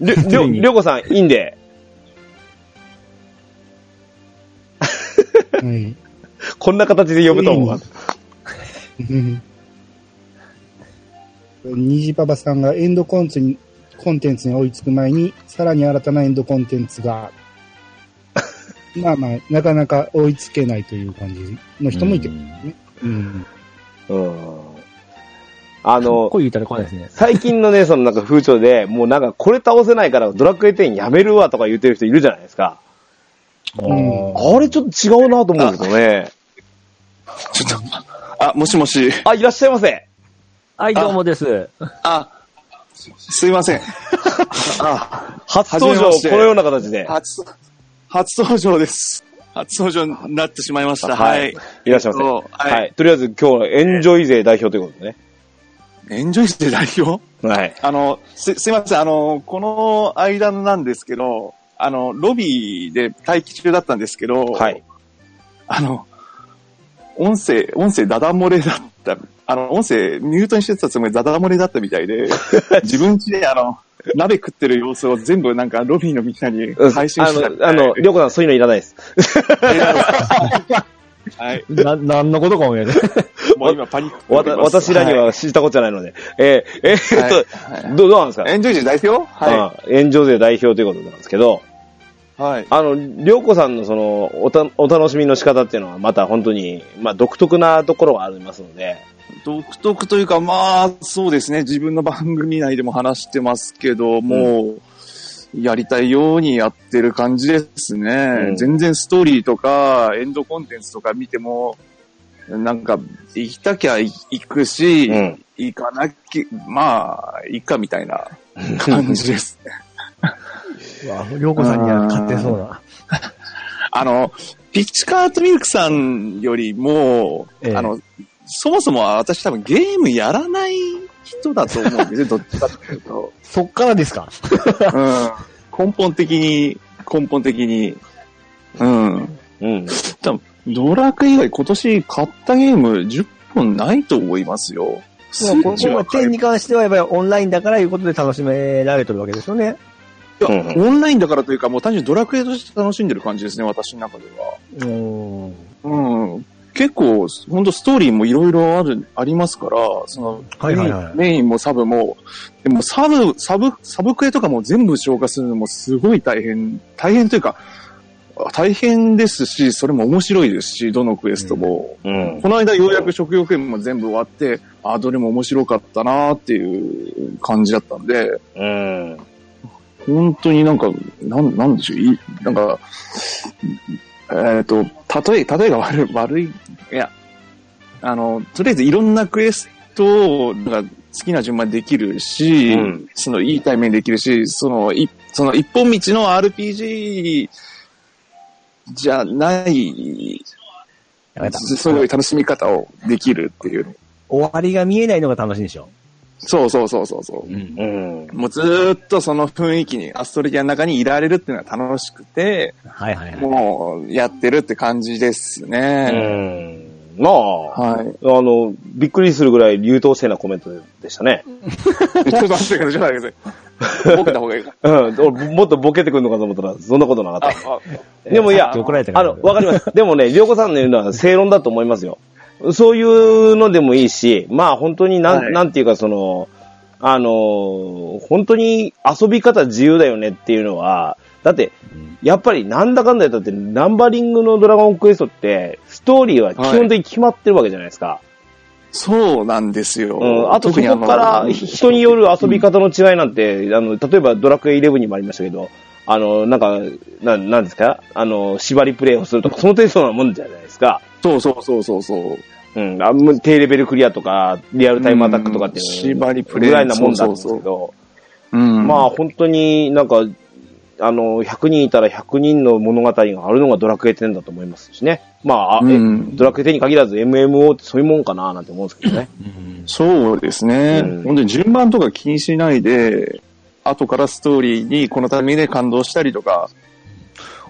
A: りょ、りょ、りょうこさん、いいんで。
C: はい。
A: こんな形で呼ぶと思う。
C: うん虹パパさんがエンドコンツにコンテンツに追いつく前に、さらに新たなエンドコンテン ツが、まあまあ、なかなか追いつけないという感じの人もいてる
B: うん
C: ですね。うん。
A: うん。あ
B: かっ
A: の
B: こ、いい言いたら怖いですね。
A: 最近のね、そのなんか風潮で、もうなんかこれ倒せないからドラクエ10やめるわとか言ってる人いるじゃないですか。
C: うん
A: あれちょっと違うなと思うんですよね。
F: ちょっと、あ、もしもし。
A: あ、いらっしゃいませ。
B: はい、どうもです。
F: あ、すいません。
A: 初登場、
F: はじめまして
A: このような形で。
F: 初、初登場です。初登場になってしまいました。はい。。
A: いらっしゃいませ。
F: そうはい
A: はい。とりあえず今日はエンジョイ勢代表ということでね。
F: エンジョイして代表
A: はい。
F: あの、す、すいません。あの、この間なんですけど、あの、ロビーで待機中だったんですけど、
A: はい。
F: あの、音声、音声ダダ漏れだった。あの、音声ミュートにしてたつもりでダダ漏れだったみたいで、 自分家であの、鍋食ってる様子を全部なんかロビーのみんなに
A: うん
F: 配信してたみた
A: あ
F: いで
A: の、あの、りょうこさんそういうのいらないです。
F: はい。
B: な、なんのことかも言えない。
F: もう今パニック。
A: わた、私らには知ったことじゃないので。えーえー
F: はい
A: えっと、どう、どうなんですか
F: エンジョイ時代ですよは
A: うんエンジョイ勢代表ということなんですけど、
F: い。はい。
A: あの、りょうこさんのその、おた、お楽しみの仕方っていうのはまた本当に、まあ独特なところはありますので、
F: 独特というか、まあ、そうですね。自分の番組内でも話してますけど、もう、やりたいようにやってる感じですね。
A: うん
F: 全然ストーリーとか、エンドコンテンツとか見ても、なんか、行きたきゃ行くし、
A: うん
F: 行かなき、まあ、行っかみたいな感じですね。
B: う わ、りょうこさんには勝手そうな。
F: あの、ピッチカートミルクさんよりも、
B: ええ
F: あの、そもそも私多分ゲームやらない人だと思うんですよ、どっちかっていうと。
B: そっからですか
F: うん。根本的に、根本的に。うん。
A: うん。
F: 多分、ドラクエ以外今年買ったゲーム10本ないと思いますよ。スイ
B: こ
F: ッ
B: の
F: チは買え
B: 点に関してはやっぱりオンラインだからいうことで楽しめられてるわけですよね。
F: いや
A: うん
F: オンラインだからというか、もう単純にドラクエとして楽しんでる感じですね、私の中では。
B: うん。
F: うん。結構、本当ストーリーもいろいろある、ありますから、その、
B: はいはいはい
F: メインメインもサブも、でもサブ、サブ、サブクエとかも全部消化するのもすごい大変、大変というか、あ大変ですし、それも面白いですし、どのクエストも。
A: うん。
F: この間ようやく食欲も全部終わって、あ、どれも面白かったなーっていう感じだったんで、
A: うん。
F: 本当になんか、なん、なんでしょう、いい、なんか、えっ、と、例え、例えが 悪い、悪い、いや、あの、とりあえずいろんなクエストを、なんか、好きな順番できるし、
A: うん
F: その、いいタイミングできるし、その、い、その、一本道の RPG じゃない、
B: やめた。
F: すごい楽しみ方をできるっていう。
B: 終わりが見えないのが楽しいんでしょ。
F: そうそうそうそうそう。
B: うん。
A: うん。
F: もうずーっとその雰囲気に、アストリアの中にいられるっていうのは楽しくて、
B: はいはいはい。
F: もう、やってるって感じですね。
A: うんなあ、
F: は
A: あ
F: い。
A: の、びっくりするぐらい優等生なコメントでしたね。
F: ちょっと待ってください、ちょっと待ってください。ボケた方がい いか。
A: うん、俺もっとボケてくるのかと思ったら、そんなことなか
F: あ、
A: っ
F: あ、
A: た。でもいや、
B: 怒られたか
A: あ
B: ら。
A: の、わかります。でもね、りょうこさんの言うのは正論だと思いますよ。そういうのでもいいし、まあ本当になん、
F: はい
A: なんていうかその、あのー、本当に遊び方自由だよねっていうのは、だって、やっぱりなんだかんだ言ったって、ナンバリングのドラゴンクエストって、ストーリーは基本的に決まってるわけじゃないですか。
F: そうなんですよ。
A: うん、あとそ
F: 特に
A: こから
F: の
A: 人による遊び方の違いなんて、あの、例えばドラクエ11にもありましたけど、あの、なんか、ななんですかあの、縛りプレイをするとか、その程度なもんじゃないですか。
F: そうそうそうそうそう。
A: うん、あもう低レベルクリアとか、リアルタイムアタックとかっていう
F: うん縛りプレイ
A: ぐらいなもんなんですけど、
F: そううん。
A: まあ本当になんか、あの、100人いたら100人の物語があるのがドラクエ10だと思いますしね。まあ、あえ
F: うん
A: ドラクエ10に限らず MMO ってそういうもんかななんて思うんですけどね。
F: そうですね。
A: うん
F: 本当に順番とか気にしないで、後からストーリーにこのためで感動したりとか、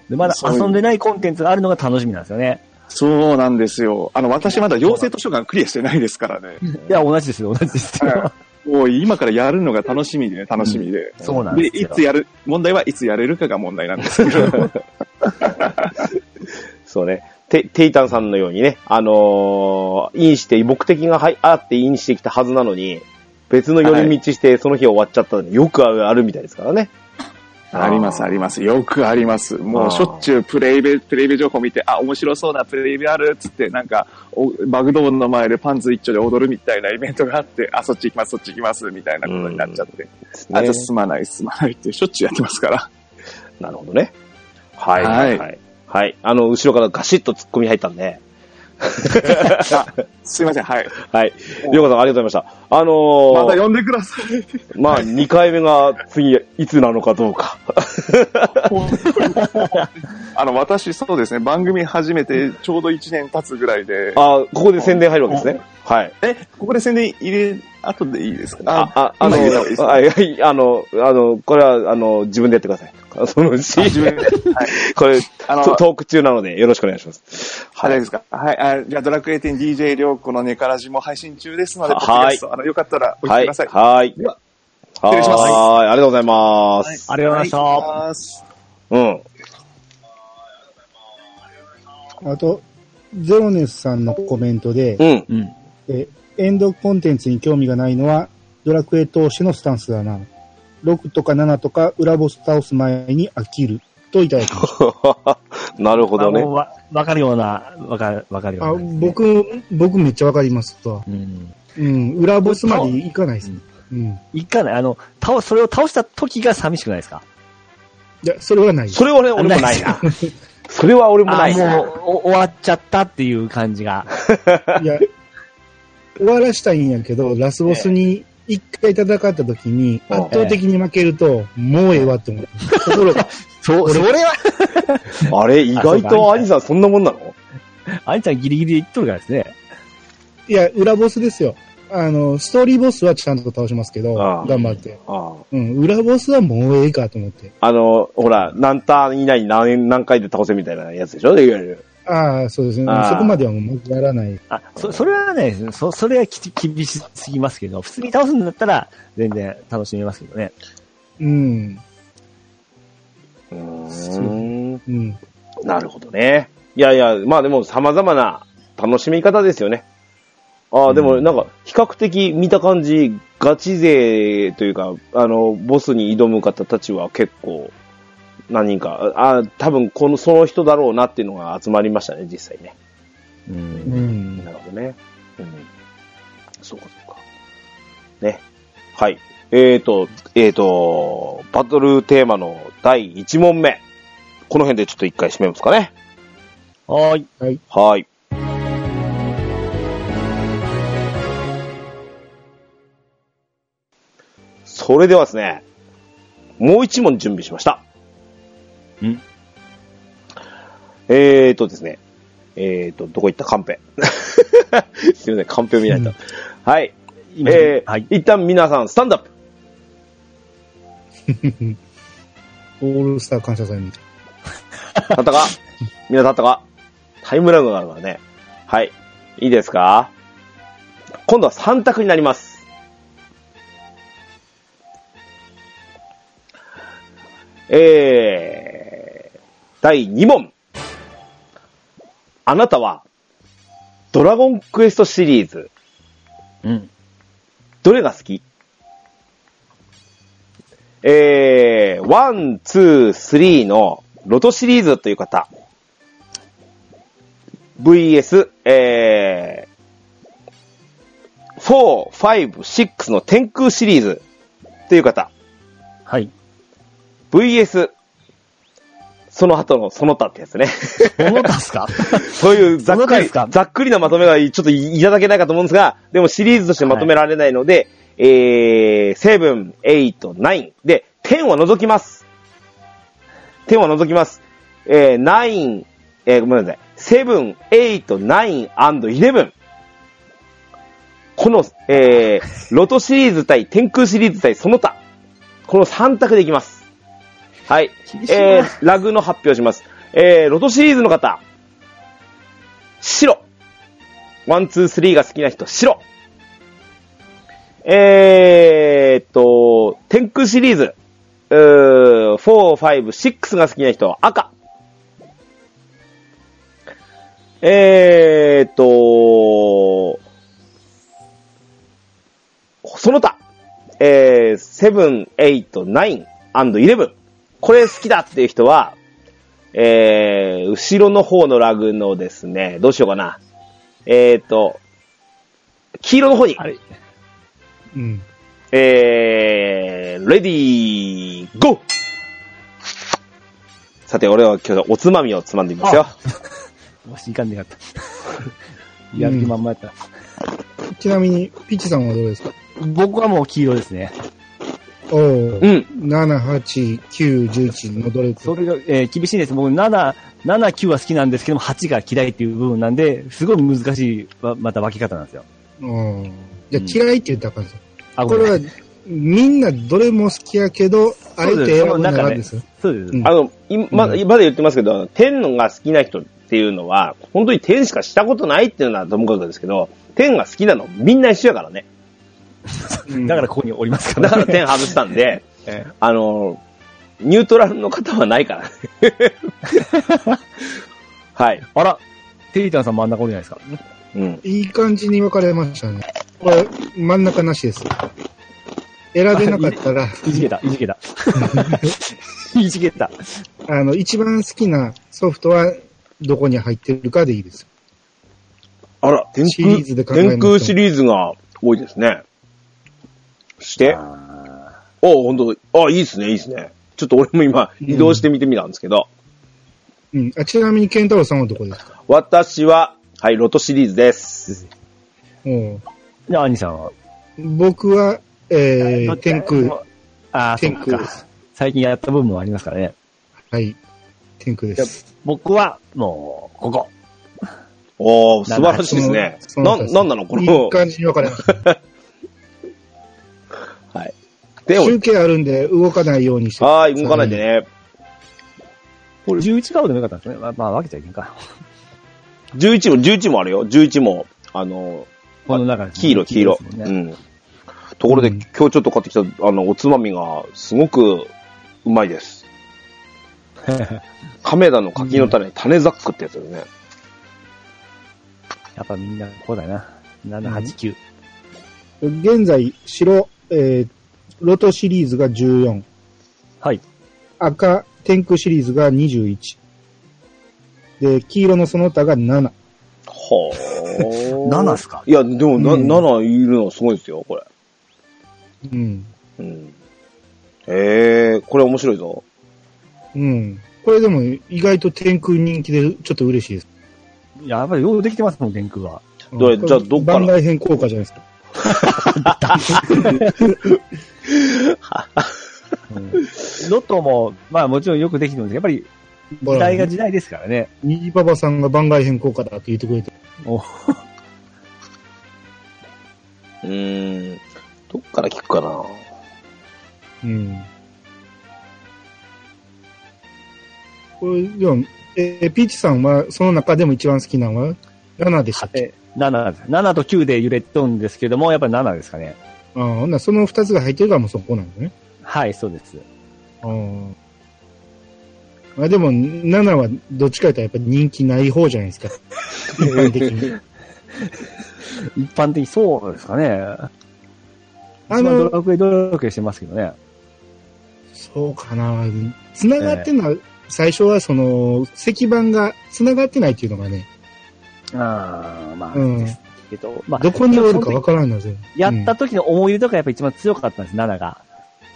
B: で、まだ遊んでないコンテンツがあるのが楽しみなんですよね。
F: そうなんですよ。あの、私まだ養成図書館クリアしてないですからね。
B: いや、同じですよ、同じですよ。
F: もう今からやるのが楽しみでね、楽しみで。
B: そうなんで
F: で、
B: す
F: い
B: よ。
F: つやる、問題はいつやれるかが問題なんですけど。
A: そうね。テテイタンさんのようにね、あのーインして、目的がはいあってインしてきたはずなのに、別の寄り道してその日終わっちゃったのによくあるあるみたいですからね。
F: あります、あります。よくあります。も
A: あー
F: うしょっちゅうプレイベ、プレイベ情報見て、あ、面白そうなプレイベあるっつって、なんか、おバグドーンの前でパンツ一丁で踊るみたいなイベントがあって、あ、そっち行きます、そっち行きます、みたいなことになっちゃって。
A: です
F: あ、
A: ね
F: じゃあ進まない、進まないって、しょっちゅうやってますから。
A: なるほどね。はい。は。
F: はいい
A: はい。あの、後ろからガシッと突っ込み入ったんで。
F: すいません、はい。
A: はい。りょうかさん、ありがとうございました。あのー
F: また呼んでください。
A: まあ、2回目が次、いつなのかどうか。
F: あの、私、そうですね、番組始めてちょうど1年経つぐらいで、
A: あここで宣伝入るわけですね。はい。
F: え、ここで宣伝入れ、後でいいですか
A: あ、あ、あの、
F: 今入れた方がいいですか
A: はいはいあの、あの、これは、あの、自分でやってください。 そのうち、
F: 自分で
A: これ、
F: あの
A: トトーク中なので、よろしくお願いします。
F: はい、
A: は
F: 大丈夫
A: い
F: で。すかはい。あじゃあ、ドラクエ10 DJ 良子のネカラジも配信中ですので、
A: はい
F: ポッドキャストあの、よかったらお聞
A: は
F: き
A: い。
F: ください。
A: はい。
F: では
A: は
F: 失礼します
A: ーい。ありがとうございます。
B: ありがとうございました。
F: はい
A: うん。
C: あと、ゼロネスさんのコメントで、
A: うん。
B: うん。
C: えエンドコンテンツに興味がないのは、ドラクエ投資のスタンスだな。6とか7とか裏ボス倒す前に飽きる。といただきまし
A: なるほどね
B: まあも。うわわかるような、わかる、わかる
C: た。
B: よ
C: あ
B: うな、
C: 僕、僕めっちゃわかりますと。
B: うん。
C: うん、裏ボスまでいかないですね。うん。
B: いかない、あの、倒、それを倒した時が寂しくないですか
C: いや、それはないです
A: そ。れはね、俺もないな。それは俺も
B: あ
A: ないな。
B: もうお終わっちゃったっていう感じが。
C: いや、終わらしたいんやけど、ラスボスに一回戦った時に、
A: ええ
C: 圧倒的に負けると、もうええわって 思う。心が、
B: そ、それは、
A: あれ、意外と兄さんそんなもんなの
B: あんちゃんギリギリで言っとるからですね。
C: いや、裏ボスですよ。あの、ストーリーボスはちゃんと倒しますけど、
A: ああ
C: 頑張って。
A: あ
C: うん、裏ボスはもうええかと思って。
A: あの、ほら、何ターン以内に何何回で倒せみたいなやつでしょいわゆる。
C: ああ、そうですね。
A: ああ
C: そこまではもうやらない。
B: あ、そ、それはね、そ、それはき厳しすぎますけど、普通に倒すんだったら、全然楽しめますけどね。
C: うん、
A: うーん。
C: うん。
A: なるほどね。いやいや、まあでも様々な楽しみ方ですよね。ああ、でもなんか、比較的見た感じ、ガチ勢というか、あの、ボスに挑む方たちは結構、何人か、ああ、多分この、その人だろうなっていうのが集まりましたね、実際ね。
B: う。
C: うんん。
A: なるほどね。うん。そうか、そうか。ね。はい。えーと、えーと、バトルテーマの第1問目。この辺でちょっと一回締めますかね。
B: はーい。
A: はい。それではですね、もう一問準備しました。
B: ん
A: えーとですね、えーと、どこ行ったカンペ。 すいません、カンペを見ないと。はい。
B: 今
A: えー
B: はい。
A: 一旦皆さん、スタンドアップ。
C: オールスター感謝祭みたい。
A: 立ったかみんな立ったかタイムラグがあるからね。はい。いいですか今度は3択になります。えー、第2問。あなたは、ドラゴンクエストシリーズ、
B: うん。
A: どれが好きえー、ワン、ツー、スリーのロトシリーズという方。VS、えー、4、5、6の天空シリーズという方。
B: はい。
A: VS、その後のその他ってやつね。
B: その他っ すか
A: そういうざっ
B: その
A: く
B: 他で
A: り
B: すか、
A: ざっくりなまとめがちょっといただけないかと思うんですが、でもシリーズとしてまとめられないので、えー、7、8、9で、10は除きます。10は除きます。えー、9、えー、ごめんなさい。7、8、9、11。この、えー、ロトシリーズ対天空シリーズ対その他。この3択でいきます。はい。えー、ラグの発表します。えー、ロトシリーズの方。白。ワン、ツー、スリーが好きな人、白。えーっと、天空シリーズ。うー、4、5、6が好きな人、赤。えーっと、その他。えー、7、8、9、11。これ好きだっていう人は、えー、後ろの方のラグのですね、どうしようかな。えー、と、黄色の方に、
B: あれ
C: うん。
A: えー、レディー、ゴーさて、俺は今日おつまみをつまんでみますよ。
B: もしいかんでよかった。 やる気満々やった。
C: ちなみに、ピッチさんはどうですか
B: 僕はもう黄色ですね。
C: おお
A: う。ん。
C: 7、8、9、11のどれか
B: そ。れが、えー厳しいです。僕、7、7、9は好きなんですけども、8が嫌いっていう部分なんで、すごい難しい、わまた分け方なんですよ。
C: うん。じゃあ嫌いって言ったらあかんですよ。
B: あ、
C: こ
B: ごめん
C: れは、みんなどれも好きやけど、あえて選ぶならんですよ。
B: そうです。
C: うん
A: あの、いまだ、まだ言ってますけど、天のが好きな人っていうのは、本当に天しかしたことないっていうのはともかくですけど、天が好きなのみんな一緒やからね。
B: だからここにおりますか
A: だ
B: ら、
A: から天 外したん で、あの、ニュートラルの方はない からね。はい。
B: あら、テリタンさん真ん中おるじゃないですか。
A: うん。
C: いい感じに分かれましたね。これ、真ん中なしです。選べなかったら、
B: いじけた、いじけた。 いじけた。
C: あの、一番好きなソフトはどこに入ってるかでいいです。
A: あら、天
C: シリーズで
A: 空、
C: 考えましょ
A: 天
C: う
A: 空シリーズが多いですね。して、あ
F: あ
A: ほんと、あ、いいですね、いいですね。ちょっと俺も今、移動してみてみたんですけど、
C: うん。あちなみに、ケンタロウさんはどこですか
A: 私は、はい、ロトシリーズです。
C: うん
B: じゃあ、兄さんは。
C: 僕は、えー、天空。。
B: ああ、そ
C: 天
B: っ
C: 空
B: か。最近やった部分もありますからね。
C: はい。天空です。
B: 僕は、もう、ここ。
A: おー、素晴らしいですね。
C: その
A: な、
C: その
A: なんなのこ
C: いい
A: の、
C: 感じに分かれました。
A: はい。 でも、
C: 中継あるんで、動かないようにして。
A: はーい、動かないで
C: ね。
A: ね。うん
B: 11顔でもよかったんですね。まあ、まあ、分けちゃいけんか。
A: 11も、11もあるよ。11も、あの、
B: この中で。
A: 黄色、黄色。
B: ですもん
A: う
B: ね
A: ん。ところで、
C: うん
A: 今日ちょっと買ってきた、あの、おつまみが、すごく、うまいです。亀田の柿の種、種ザックってやつだよね。
B: やっぱみんなここだな。7、8、9。
C: 現在、白、えー、ロトシリーズが14。
B: はい。
C: 赤、天空シリーズが21。で、黄色のその他が7。
A: はぁ。
B: 7っすか
A: いや、でも、な、
C: うん
A: 7いるのはすごいですよ、これ。
C: うん。
A: うん。へえ、これ面白いぞ。
C: うん。これでも意外と天空人気でちょっと嬉しいです。
B: やっぱりようできてますもん、天空は。
A: どれ
C: うん
A: じゃあどっから
C: 番外編効果じゃないですか。
B: ロトも、まあもちろんよくできてるんですけど、やっぱり時代が時代ですからね。
C: ニジパパさんが番外編効果だって言ってくれて。
B: お
A: うーん。どっから聞くかな
C: うん。これ、でも、えーピーチさんはその中でも一番好きなのは7でしたっけ
B: え7です。7と9で揺れとんですけども、やっぱり7ですかね。
C: ああ、ほんならその2つが入ってるからもうそこなんだね。
B: はい、そうです。
C: ああ。まあでも、7はどっちかというとやっぱ人気ない方じゃな いですか。一般的に。
B: 一般的にそうですかね。あ
C: あ
B: の、ド
C: の、
B: ラクエドラクエしてますけどね。
C: そうかな。繋がってんのは、最初はその、石板が繋がってないっていうのがね、
B: ああ、まあ、
C: うん
B: ですけど、まあ、
C: どこにおるかわからんのぜ。
B: やった時の思い出とかやっぱ一番強かったんです、7が。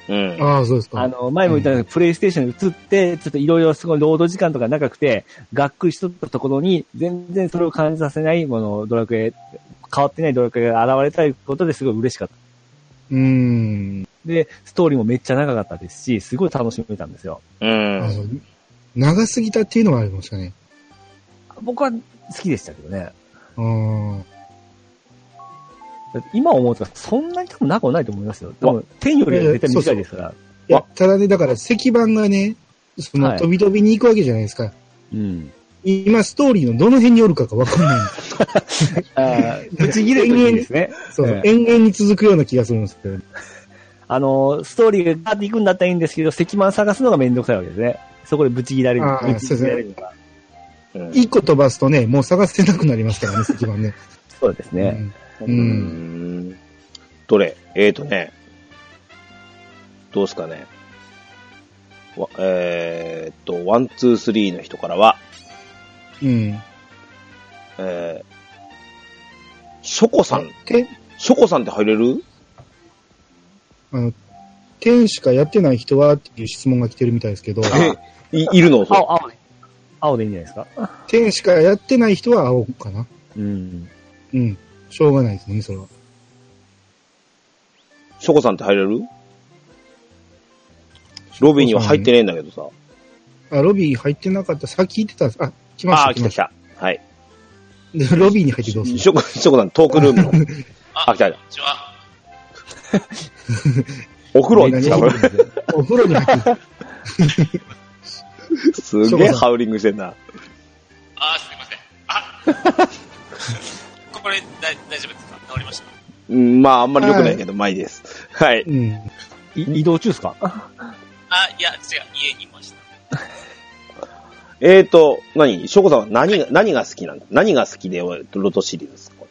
A: うん。
C: ああ、そうですか。
B: あの、前も言ったように、プレイステーションに移って、ちょっといろいろすごい労働時間とか長くて、がっくりしとったところに、全然それを感じさせない、このドラクエ、変わってないドラクエが現れたことですごい嬉しかった。
C: うーん。
B: で、ストーリーもめっちゃ長かったですし、すごい楽しめたんですよ。
A: う
C: あ
A: ん。
C: の長すぎたっていうのはありましたね。
B: 僕は好きでしたけどね。
C: あー
B: だって今思うと、そんなに多分長くないと思いますよ。多分、天よりは絶対短いですから。
C: いや、ただね、だから石板がね、その
B: はい
C: 飛び飛びに行くわけじゃないですか。
B: うん。
C: 今、ストーリーのどの辺におるかがわかん ない。
B: ああ、 ぶち切れる時ですね。
C: そう、
B: ええ
C: 延々に続くような気がするんですけど。
B: あの、ストーリーがガーっていくんだったらいいんですけど、石板探すのがめんどくさいわけですね。そこでぶち切られる。
C: ああ
B: ぶち切られるのが
A: うん
C: 一個飛ばすとね、もう探せなくなりますからね、石板ね。
B: そうですね。
C: う。
A: うんん。どれえーとね。どうすかね。わえーっと、ワン、ツー、スリーの人からは、
C: うん。
A: えー、ショコさん。
C: て、
A: ショコさんって入れる
C: あの、天しかやってない人はっていう質問が来てるみたいですけど、
A: え、いいるのそう
B: 青、青で。青でいいんじゃないですか。
C: 天しかやってない人は青かな。
B: うん。
C: うん。しょうがないですもんね、それは。
A: ショコさんって入れるロビーには入ってねえんだけどさ。
C: あ、ロビー入ってなかった。さっき言ってたんです。あ、来まし
A: あ
C: た。
A: あ、来た来
C: た。
A: た。はい。
C: でロビーに入ってどうする
A: ショコ、ショコさん、トークルームの。あ、来た来た。
G: ちは。
A: お風呂に
C: 何
A: 使う。
C: お風呂に入ってる。
A: すげえハウリングしてんな。
G: あー、すみません。あこれ、だい大丈夫ですか治りました。
A: うん、まあ、あんまり良くないけど、まあいいです。はい。
C: うん。
B: い移動中ですかあ
G: あ、いや、違う、家にいました。
A: えーと、何ショコさんは何が、何が好きなんだ何が好きで、ロトシリーズですか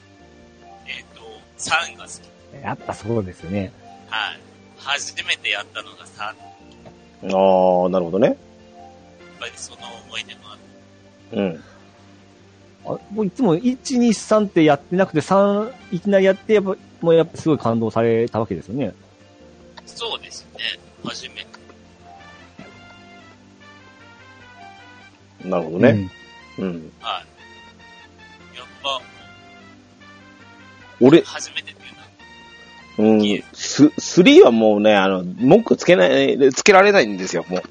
G: えっ、と、3が好き。
B: やっぱそうですよね。
G: はい。初めてやったのが3
A: あー、なるほどね。
G: やっぱりその思い出もあって、
A: うん。
B: あもういつも1、2、3ってやってなくて、3、いきなりやって、やっぱ、もうやっぱすごい感動されたわけですよね。
G: そうですね、初めて。
A: なるほどね。うん。
G: はい。やっぱ、
A: 俺、
G: 初めてっていうのは、
A: うん、ス、3はもうね、あの、文句つけない、つけられないんですよ、もう。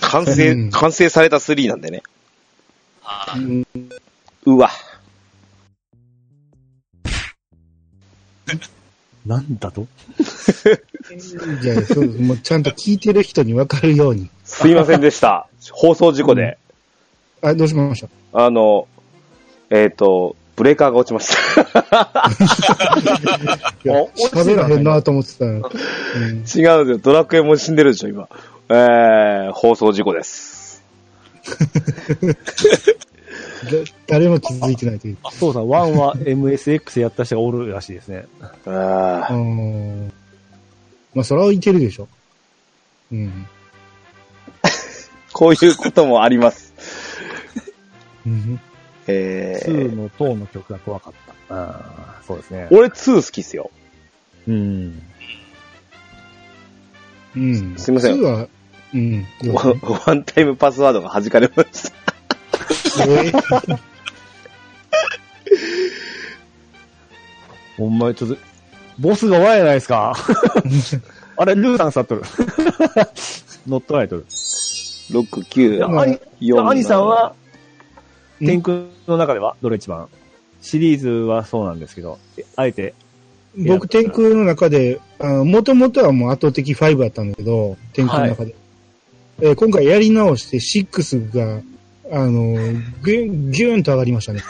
A: 完
C: う
A: 成、
C: ん
A: 完成された3なんでね。
G: は
C: う
G: い。
C: ん。
A: うわ。
B: なんだと
C: じゃあ、そう、もうちゃんと聞いてる人に分かるように。
A: すいませんで した。放送事故で。
C: あ、どうしました
A: あの、えっ、と、ブレーカーが落ちました。
C: いや
A: お
C: 喋らへんなと思ってたの。うん。
A: 違うんですよ。ドラクエも死んでるでしょ、今。えー、放送事故です。
C: だ誰も気づいてないという。
B: そうさん、1は MSX やった人がおるらしいです ね。
A: あ
C: あ
A: ー
C: ーまあ、それはいけるでしょ。うん。
A: こういうこともあります。
C: うん。
A: え
B: 2
A: ー、
B: の塔の曲が怖かった。ああ、そうですね。
A: 俺2好きっすよ。
B: うん。
C: うん。
A: すいません
C: 2は、 うん。どう
A: ワンワンタイムパスワードが弾かれました。
C: えー
B: ほんまにちょっと、ボスがわやないです かあれ、ルーさん去っとる。 乗っ取られとる。
A: 6、9、
C: まあ
B: 兄
A: 4。
B: 兄さんは、
C: うん
B: 天空の中ではどれ一番シリーズはそうなんですけど、えあえて、
C: 僕、天空の中で、もともとはもう圧倒的5だったんだけど、天空の中で。えー今回やり直して6が、ああの、ぎゅん、ぎゅんと上がりましたね。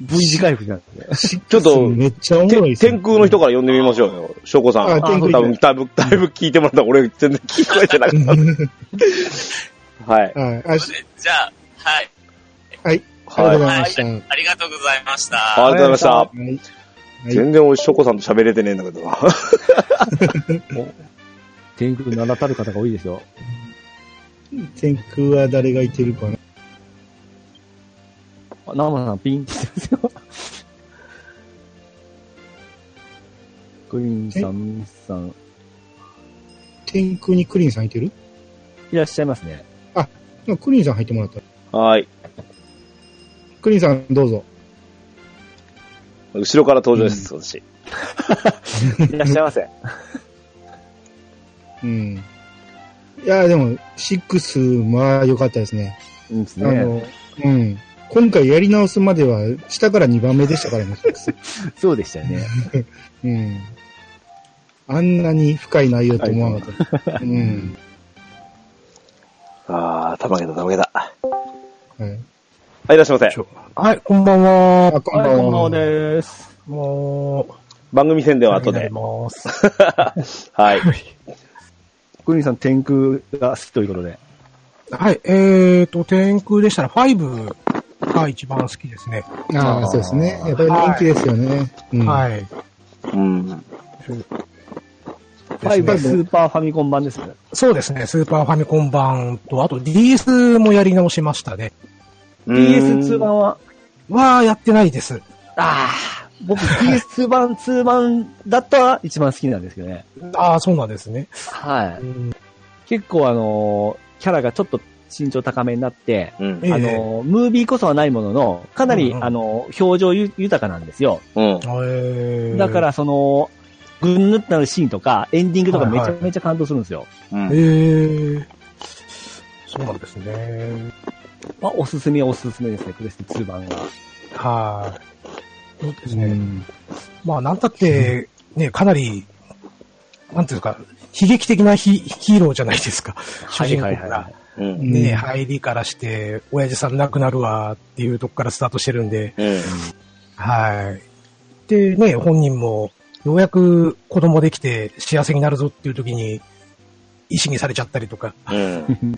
B: V 字回復なんで。
A: ちょっと、
C: めっちゃおもろい
A: て
C: ですね
A: 天空の人から呼んでみましょうよ。翔子さん。
C: あ
A: 多
C: 天空
A: 分、だいぶ、だいぶ聞いてもらった。俺、全然聞こえてなかった。はい。
C: はい。あし
G: じゃあ、はい。
C: はい。ありがとうご
A: はい。
C: ざいました。はい
G: はい。ありがとうございました。
A: ありがとうございました。
C: はい。
A: 全然俺、翔子さんと喋れてねえんだけど な。
B: 天空名だたる方が多いですよ。
C: 天空は誰がいてるかな。
B: あナマさん、ピンって言ってますよ。グリーンさん、ミスさん、
C: 天空にクリーンさんいてる
B: いらっしゃいますね。
C: まあクリーンさん入ってもらった。
A: はい。
C: クリーンさんどうぞ。
A: 後ろから登場です、私。
B: いらっしゃいま せ。
C: うん。いや、でも、6、まあ良かったですね。
B: うんです
C: あ
B: ね。
C: の、うん。今回やり直すまでは、下から2番目でしたからね、6
B: そうでしたよね。
C: うん。あんなに深い内容と思わなか った。うん。
A: あー、たまげた、たまげた。は
C: はい。
A: い、いらっしゃいませ
H: ち。ょはい、こんばんは。
C: あ、こんばんは。
B: でーす。
H: も
A: 番組宣伝
H: う、
A: は後
H: あり
A: で
H: が。とうございます。
A: はい。
B: グリーンさん、天空が好きということで。
H: はい、えーと、天空でしたら5が一番好きですね。
C: ああ、そうですね。やっぱり人気ですよね。うん
H: はい。
A: うん。
B: ファイブはスーパーファミコン版ですね。
H: そうですね、スーパーファミコン版と、あと DS もやり直しましたね。
B: PS2 版は、
H: は、やってないです。
B: ああ、僕 PS2 版、2版だったら一番好きなんですけどね。
H: ああ、そうなんですね。
B: は
H: う
B: い。
H: ん
B: 結構あのーキャラがちょっと身長高めになって、
A: うん
H: ええ
B: あのームービーこそはないものの、かなり、
H: うんうん
B: あのー表情ゆ豊かなんですよ。
A: うん。
H: えー
B: だか、ら、その、ぐんぬってなるシーンとか、エンディングとかめちゃめちゃ感動するんですよ。
A: うん
H: えー、そうなんですね。
B: まあ、おすすめはおすすめですね、クレステ2版が。
H: はい。そうですね。
C: うん
H: まあ、なんたって、ね、かなり、なんていうんですか、悲劇的なヒヒーローじゃないですか。主人公が。
A: うん。
C: う
H: ね、
C: ん
H: 入りからして、親父さん亡くなるわっていうとこからスタートしてるんで、
A: うん。
H: はい。で、ね、本人も、ようやく子供できて幸せになるぞっていう時に、意識されちゃったりとか、
A: うん。
C: うん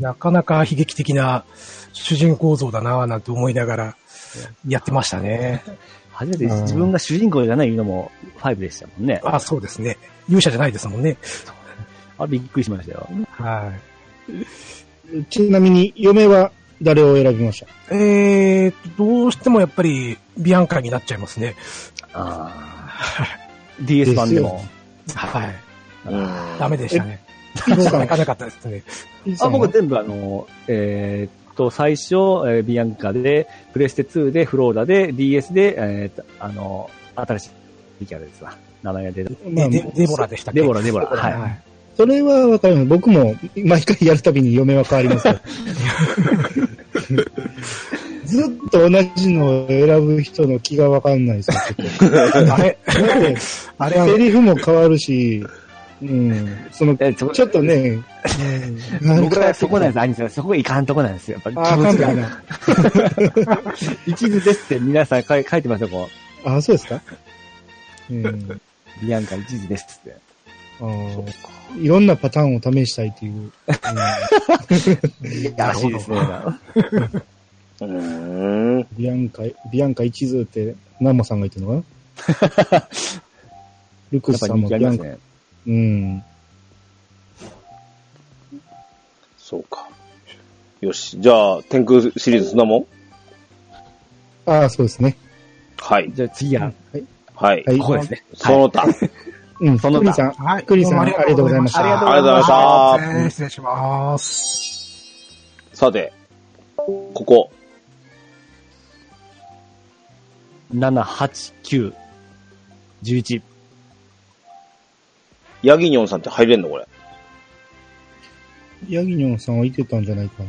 H: なかなか悲劇的な主人公像だなぁなんて思いながら、やってましたね。
B: 初めて自分が主人公じゃないのも5でしたもんね。
H: あ、そうですね。勇者じゃないですもんね。
B: あ、びっくりしましたよ。
H: はい。
C: ちなみに、嫁は誰を選びました
H: えーと、どうしてもやっぱり、ビアンカになっちゃいますね。
B: あー DS 版でも。
H: はい。
A: うん
H: ダメでしたね。
C: え
H: そうかなかなかったですね。
B: あ僕全部あの、えーっと、最初、えービアンカで、プレステ2で、フローラで、DS で、えーっと、あの、新しいキャラですわ。名前が出た。
C: まあ
H: えデデボラでしたっけ
B: デボラ、デボラ。
H: はい。
B: はい。
C: それはわかります。僕も毎回やるたびに嫁は変わりますから。ずっと同じのを選ぶ人の気がわかんないですよ。
H: あれ、
C: だって
H: あれは、
C: セリフも変わるし、うん、その、
B: えそ
C: ちょっとね、
B: 僕はそこなんです、兄さん。そこがいかんとこなんですよ。やっぱ
C: ああ、
B: り
C: か
B: 気
C: ん
B: 持ち
C: か
B: が。
C: な。
B: 一途ですって皆さん書い書いてますよ、こ
C: ああ、そうですか。うん。
B: う。ビアンカ一途ですって。
C: ああ、いろんなパターンを試したいっていう。
B: いやらしいですね。
A: うん。
C: ビアンカ、ビアンカ一途って、ナンマさんが言ってるのかな ルク
B: や
C: ス
B: っぱ
C: さ
B: り人
C: んも
B: 気あ
C: ビ
B: り
C: ア
B: ま
C: ン
B: す
C: カ。
B: ね。
C: うん。
A: そうか。よし。じゃあ、天空シリーズそんなもん
C: ああ、そうですね。
A: はい。
B: じゃあ次は、
A: はい
C: は。い。
B: ここですね。
A: その他。
C: うん、
B: その他
C: クリさん、
H: はい。
C: クリさん
H: ども
C: ありが
A: とうございました
H: ありがとうございました失礼します。
A: さて、ここ。
B: 7、8、9、11。
A: ヤギニョンさんって入れんのこれ。
C: ヤギニョンさんはいてたんじゃないか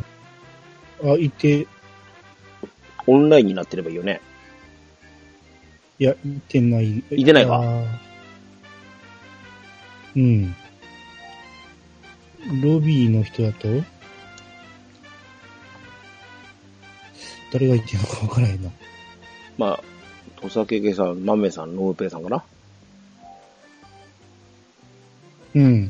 C: な。あ、いて、い
A: オンラインになってればいいよね。
C: や、いてない。
A: いてないか
C: あーうん。ロビーの人だと誰が言ってんのかわからへんな。
A: まあ、土佐けけさん、まめさん、ローペイさんかな。
C: うん。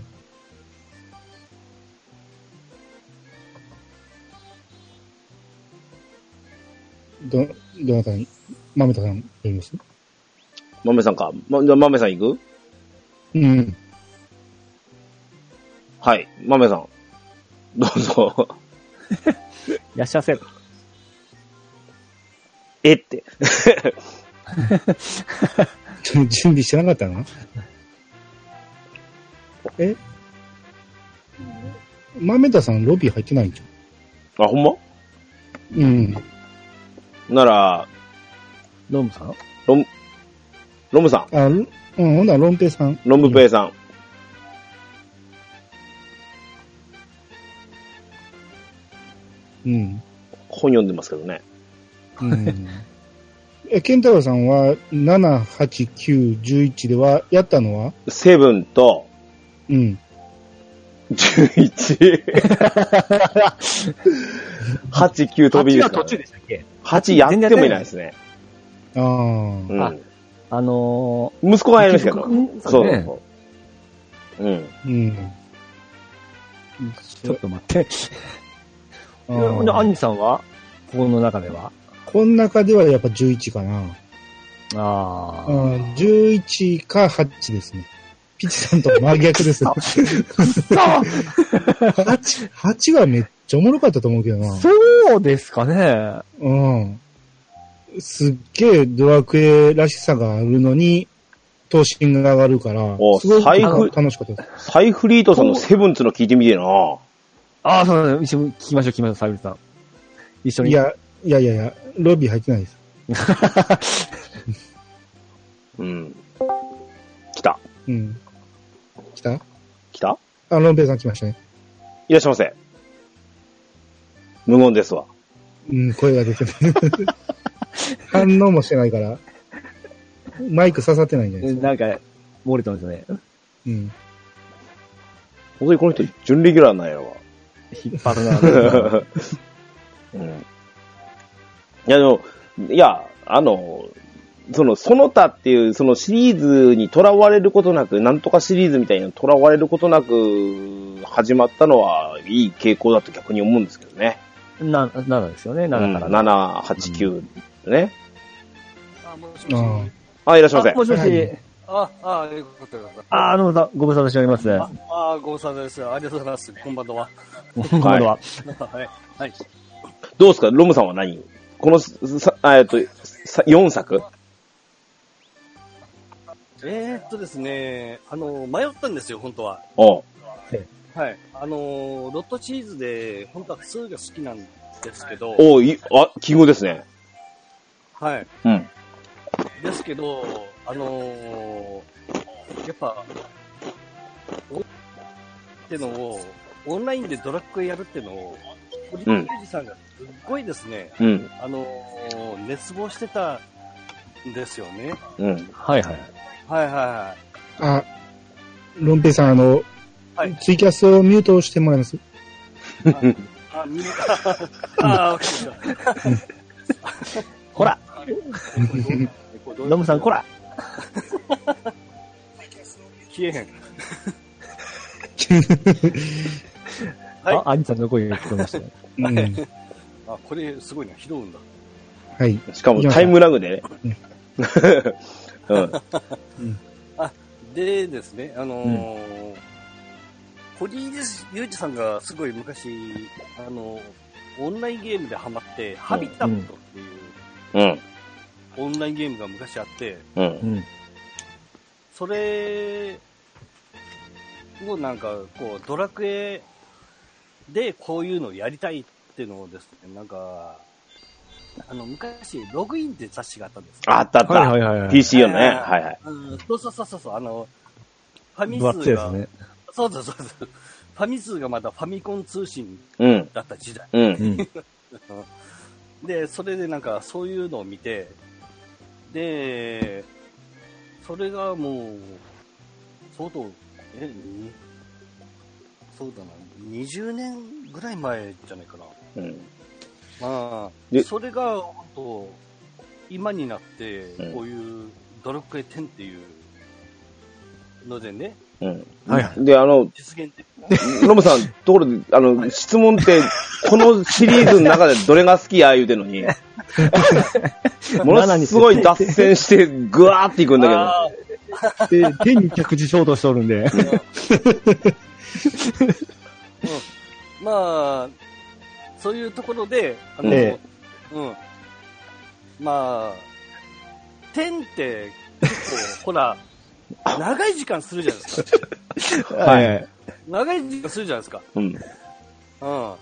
C: ど、どなたに、まめたさん、呼びます
A: まめさんか。ま、じゃあまめさん行く
C: うん。
A: はい。まめさん。どうぞ。
B: いらっしゃいませ。
A: えって。
C: ちょ準備してなかったな。えまめたさん、ロビー入ってないんじ
A: あ、ほんま
C: ゃん。うん。
A: なら、
B: ロムさん
A: ロムさ
C: あ、うん、ほんなら、ロンペイさん。
A: ん。ロムペイさん。
C: うん。
A: 本読んでますけどね。
C: うん。 え、ケンタロウさんは、7、8、9、11では、やったのは
A: セブンと
C: うん。
A: 11。8、9飛びで
B: 8
A: す
B: は
A: か
B: 途
A: ら
B: 中
A: ね
B: でしたっけ
A: 8やってもいないですね。
C: ああ。
A: う
B: ない
A: ん。
B: あの
A: 息子
B: ー、
A: がやりましたけど。
B: 結局
A: そうそう
B: ね
A: そう。うん。
C: うん。
B: ちょっと待って。
C: あ
B: で、ア
C: ー
B: ニさんはここの中では
C: この中ではやっぱ11かな。
B: あ
C: あ
B: あ。
C: ー11か8ですね。ピチさんと真逆です。8、8はめっちゃおもろかったと思うけどな。
B: そうですかね。
C: うん。すっげえドラクエらしさがあるのに、等身が上がるから
A: お、
C: すごく
A: 最
B: 高
C: 楽しかったです。
A: サイフリートさんのセブンつの聞いてみてえな。
B: ああ、そうだね。一緒に聞きましょう、聞きましょう、サビルさん。一緒に。
C: いや、いやいやいや、ロビー入ってないです。
A: うん。来た。
C: うん。来た
A: 来た
C: あ、ロンペイさん来ましたね。
A: いらっしゃいませ。無言ですわ。
C: うん、声が出てない。反応もしてないから、マイク刺さってないんじゃないですか。
B: なんか、漏れて ますよね。
C: うん。
A: 本当にこの人、準レギュラーなんやわ。
B: 引っ張る
A: う
B: な。
A: ん。いや、でも、いや、あの、その、その他っていう、そのシリーズにとらわれることなく、なんとかシリーズみたいにとらわれることなく、始まったのは、いい傾向だと逆に思うんですけどね。
B: な、7ですよね、7
A: うん
B: から。
A: 7、8、9、ね。
I: あ、もし
C: あ
I: もし。
A: あ、いらっしゃいませ
B: あ。もしもし。
I: あ、あ、よかったよかった。
B: ああ、どうもだ、ご無沙汰しております。
I: あ、あご無沙汰です。ありがとうございます。こんばんは。
B: 今度は。
I: はい。はい。
A: どうですかロムさんは何この、さあえっと、さ4作
I: えー、っとですね、あの、迷ったんですよ、本当は。
A: おう
I: はい。あの、ロットチーズで、本当は2が好きなんですけど、
A: おういあ、記号ですね。
I: はい。
A: うん。
I: ですけど、あのやっぱ、おってのを、オンラインでドラッグやるってのを、堀田裕二さんがすっごいですね、
A: うん。
I: あのー熱望してたんですよね。
A: うん。
B: はいはい。
I: はいはいは
C: あ、ロンペイさん、あの、
I: はい
C: ツイキャスをミュートしてもらいます。
I: い。あ、見た。あ、わかりま
B: こら
I: した。
B: ロムさん、こら
I: 消えへん。はい
B: あ、アニさんの声が聞こえましたね。
C: うん、
I: あ、これすごいな、拾うんだ。
C: はい。
A: しかもタイムラグでね。うん。
I: でですね、あのー堀井裕二さんがすごい昔、あのーオンラインゲームでハマって、ハビタットっていう
A: うん。
I: オンラインゲームが昔あって、
A: うん
B: う。ん。
I: それをなんか、こう、ドラクエでこういうのをやりたいっていうのをですね、なんか、あの、昔、ログインって雑誌があったんですよ
A: あったあった。
B: はいはいはいはい。
A: PC よね。
I: はい
A: はいはい。
I: うんそうそうそうそう、あの、ファミ
B: 分厚
I: 通
B: いで
I: が、
B: すね。
I: そうそうそうそう、ファミ通がまだファミコン通信
A: うん。
I: だった時代。
A: うん。
B: うん。
I: で、それでなんかそういうのを見て、で、それがもう、相当、え、にそうだな、20年ぐらい前じゃないかな。
A: うん。
I: まあ、
A: で
I: それが、本当今になって
A: う、ん
I: こういうドラクエ10っていうのでね、
A: うん。
H: はいはい。
A: で、あの、
I: 実現的
A: ノブさん、ところで、あの、質問って、このシリーズの中でどれが好きや言うてんの に、ものすごい脱線して、ぐわーっていくんだけど。
I: あ
B: で、手に着地しようとしとるんで。
I: ーうんまあ、そういうところで、あの、
B: え
I: うん。まあ、10って結構、ほ ら、長い時間するじゃないですか。
B: はい。
I: 長い時間するじゃないですか。
A: うん。
I: うん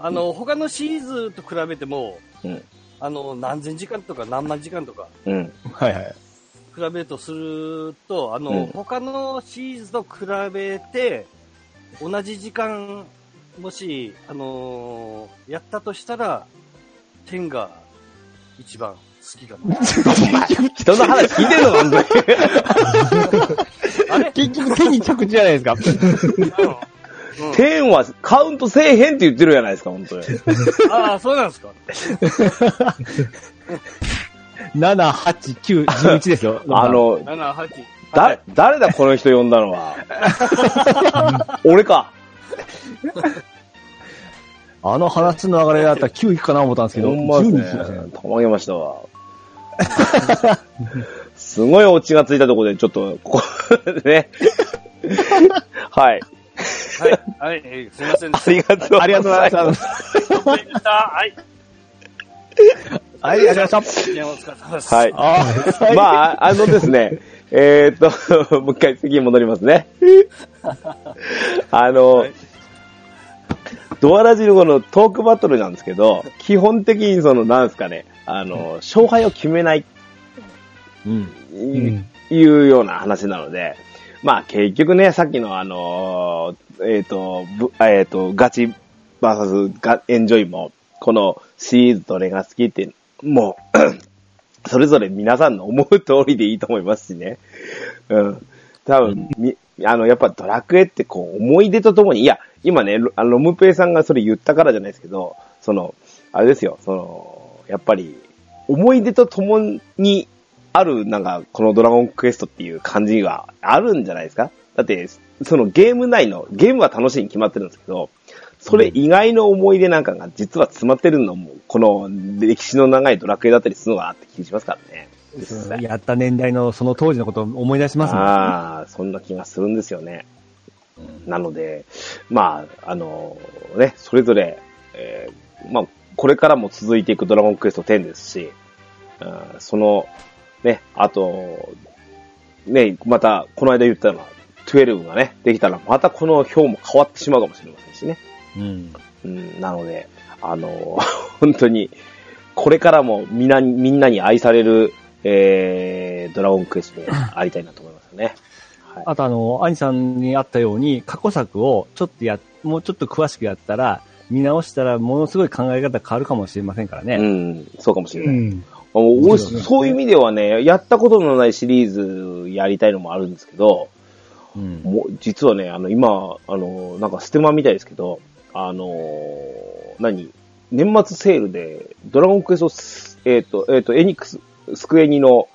I: あの、他のシリーズと比べても、
A: うん
I: あの、何千時間とか何万時間とか
A: うん。
B: はいはい。
I: 比べるとすると、あの、
A: うん
I: 他のシリーズと比べて、同じ時間、もし、あのーやったとしたら、天が一番好きかな。
A: 人の話聞いてんの本 当に。
I: あれ、
B: 結局手に着地じゃない ですか。
I: うん
A: 天はカウントせえへんって言ってるじゃないですか、本当に。
I: ああ、そうなんですか。
B: 7、8、9、11で すよ。
A: あ、の、
I: 7、8。
A: だ、誰だこの人呼んだのは。 俺か。
B: あの話の流れだったら9引くかな思ったんですけど、
A: ほんまです
B: 10
A: ね
B: にしましたね。。
A: たまげましたわ。すごいオチがついたところで、ちょっと、ここ ね。はい。
I: はい、はい、えーすいませんで
A: あり
I: し
A: がとう
B: ありがとうございました。
I: た。ごめんなさい。
B: はい、ありがとうございました。
I: はい、いやお疲れ様です。
A: はい。まあ、あのですね、えーっと、 もう一回次に戻ります ね。あの、ドアラジのこのトークバトルなんですけど、基本的にその、なんですかね、あの、勝敗を決めない、
B: うん。
C: うん。
A: いうような話なので、まあ結局ね、さっきのあのーえっ、と、ぶえっ、と、ガチバーサスガエンジョイも、このシリーズどれが好きって、もう、 それぞれ皆さんの思う通りでいいと思いますしね。うん。多分、み、あの、やっぱドラクエってこう、思い出とともに、いや、今ね、ロあのロムペイさんがそれ言ったからじゃないですけど、その、あれですよ、その、やっぱり、思い出とともにある、なんか、このドラゴンクエストっていう感じがあるんじゃないですかだって、そのゲーム内の、ゲームは楽しいに決まってるんですけど、それ以外の思い出なんかが実は詰まってるのも、この歴史の長いドラクエだったりするのかなって気しますからね。
B: やった年代のその当時のことを思い出しますもん。
A: ああ、そんな気がするんですよね。なので、まあ、あのね、それぞれ、えーまあ、これからも続いていくドラゴンクエスト10ですし、うんその、ね、あと、ね、また、この間言ったのは、12がね、できたら、またこの表も変わってしまうかもしれませんしね。
B: うん。
A: うん、なので、あの、 本当に、これからもみんなに、みんなに愛される、えー、ドラゴンクエストでありたいなと思いますよね。はい。
B: あとあの、兄さんにあったように、過去作をちょっとや、もうちょっと詳しくやったら、見直したらものすごい考え方変わるかもしれませんからね。
A: うん、そうかもしれ
C: う
A: ない。
C: ん。
A: あもう俺
C: そうですね
A: そういう意味ではね、やったことのないシリーズやりたいのもあるんですけど、
B: うん
A: もう実はね、あの、今、あの、なんかステマみたいですけど、あのー何年末セールで、ドラゴンクエストス、えっ、と、えっ、と、エニックス、スクエニの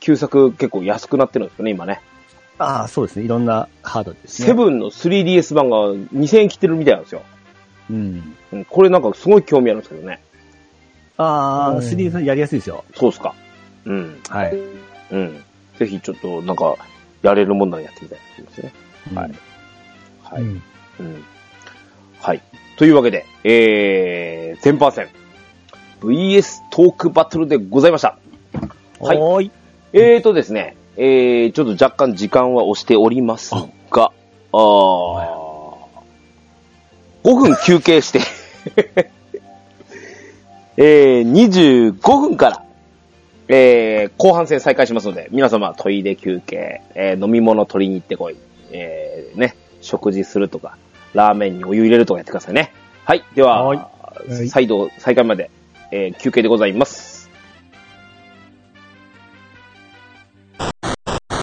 A: 旧作結構安くなってるんですよね、今ね。
B: ああ、そうですね。いろんなハードですね。
A: セブンの 3DS 版が2000円切ってるみたいなんですよ。
B: うん。
A: うんこれなんかすごい興味あるんですけどね。
B: ああ、
C: うん
B: 3D さんやりやすいですよ。
A: そうっすか。うん。
B: はい。
A: うん。ぜひちょっとなんか、やれるもんならやってみたいと思いますね。はいは
C: う
A: い。
C: ん。
A: うん。はい。というわけで、えー、全般戦、VS トークバトルでございました。はい
B: おーい。
A: えーとですね、えー、ちょっと若干時間は押しておりますが、あー、5分休憩して、 えー、25分から、えー、後半戦再開しますので、皆様、トイレ休憩、えー、飲み物取りに行ってこい、えー、ね、食事するとか、ラーメンにお湯入れるとかやってくださいね。はい、では、
B: はい
C: はい
A: 再度、再開まで、えー、休憩でございます。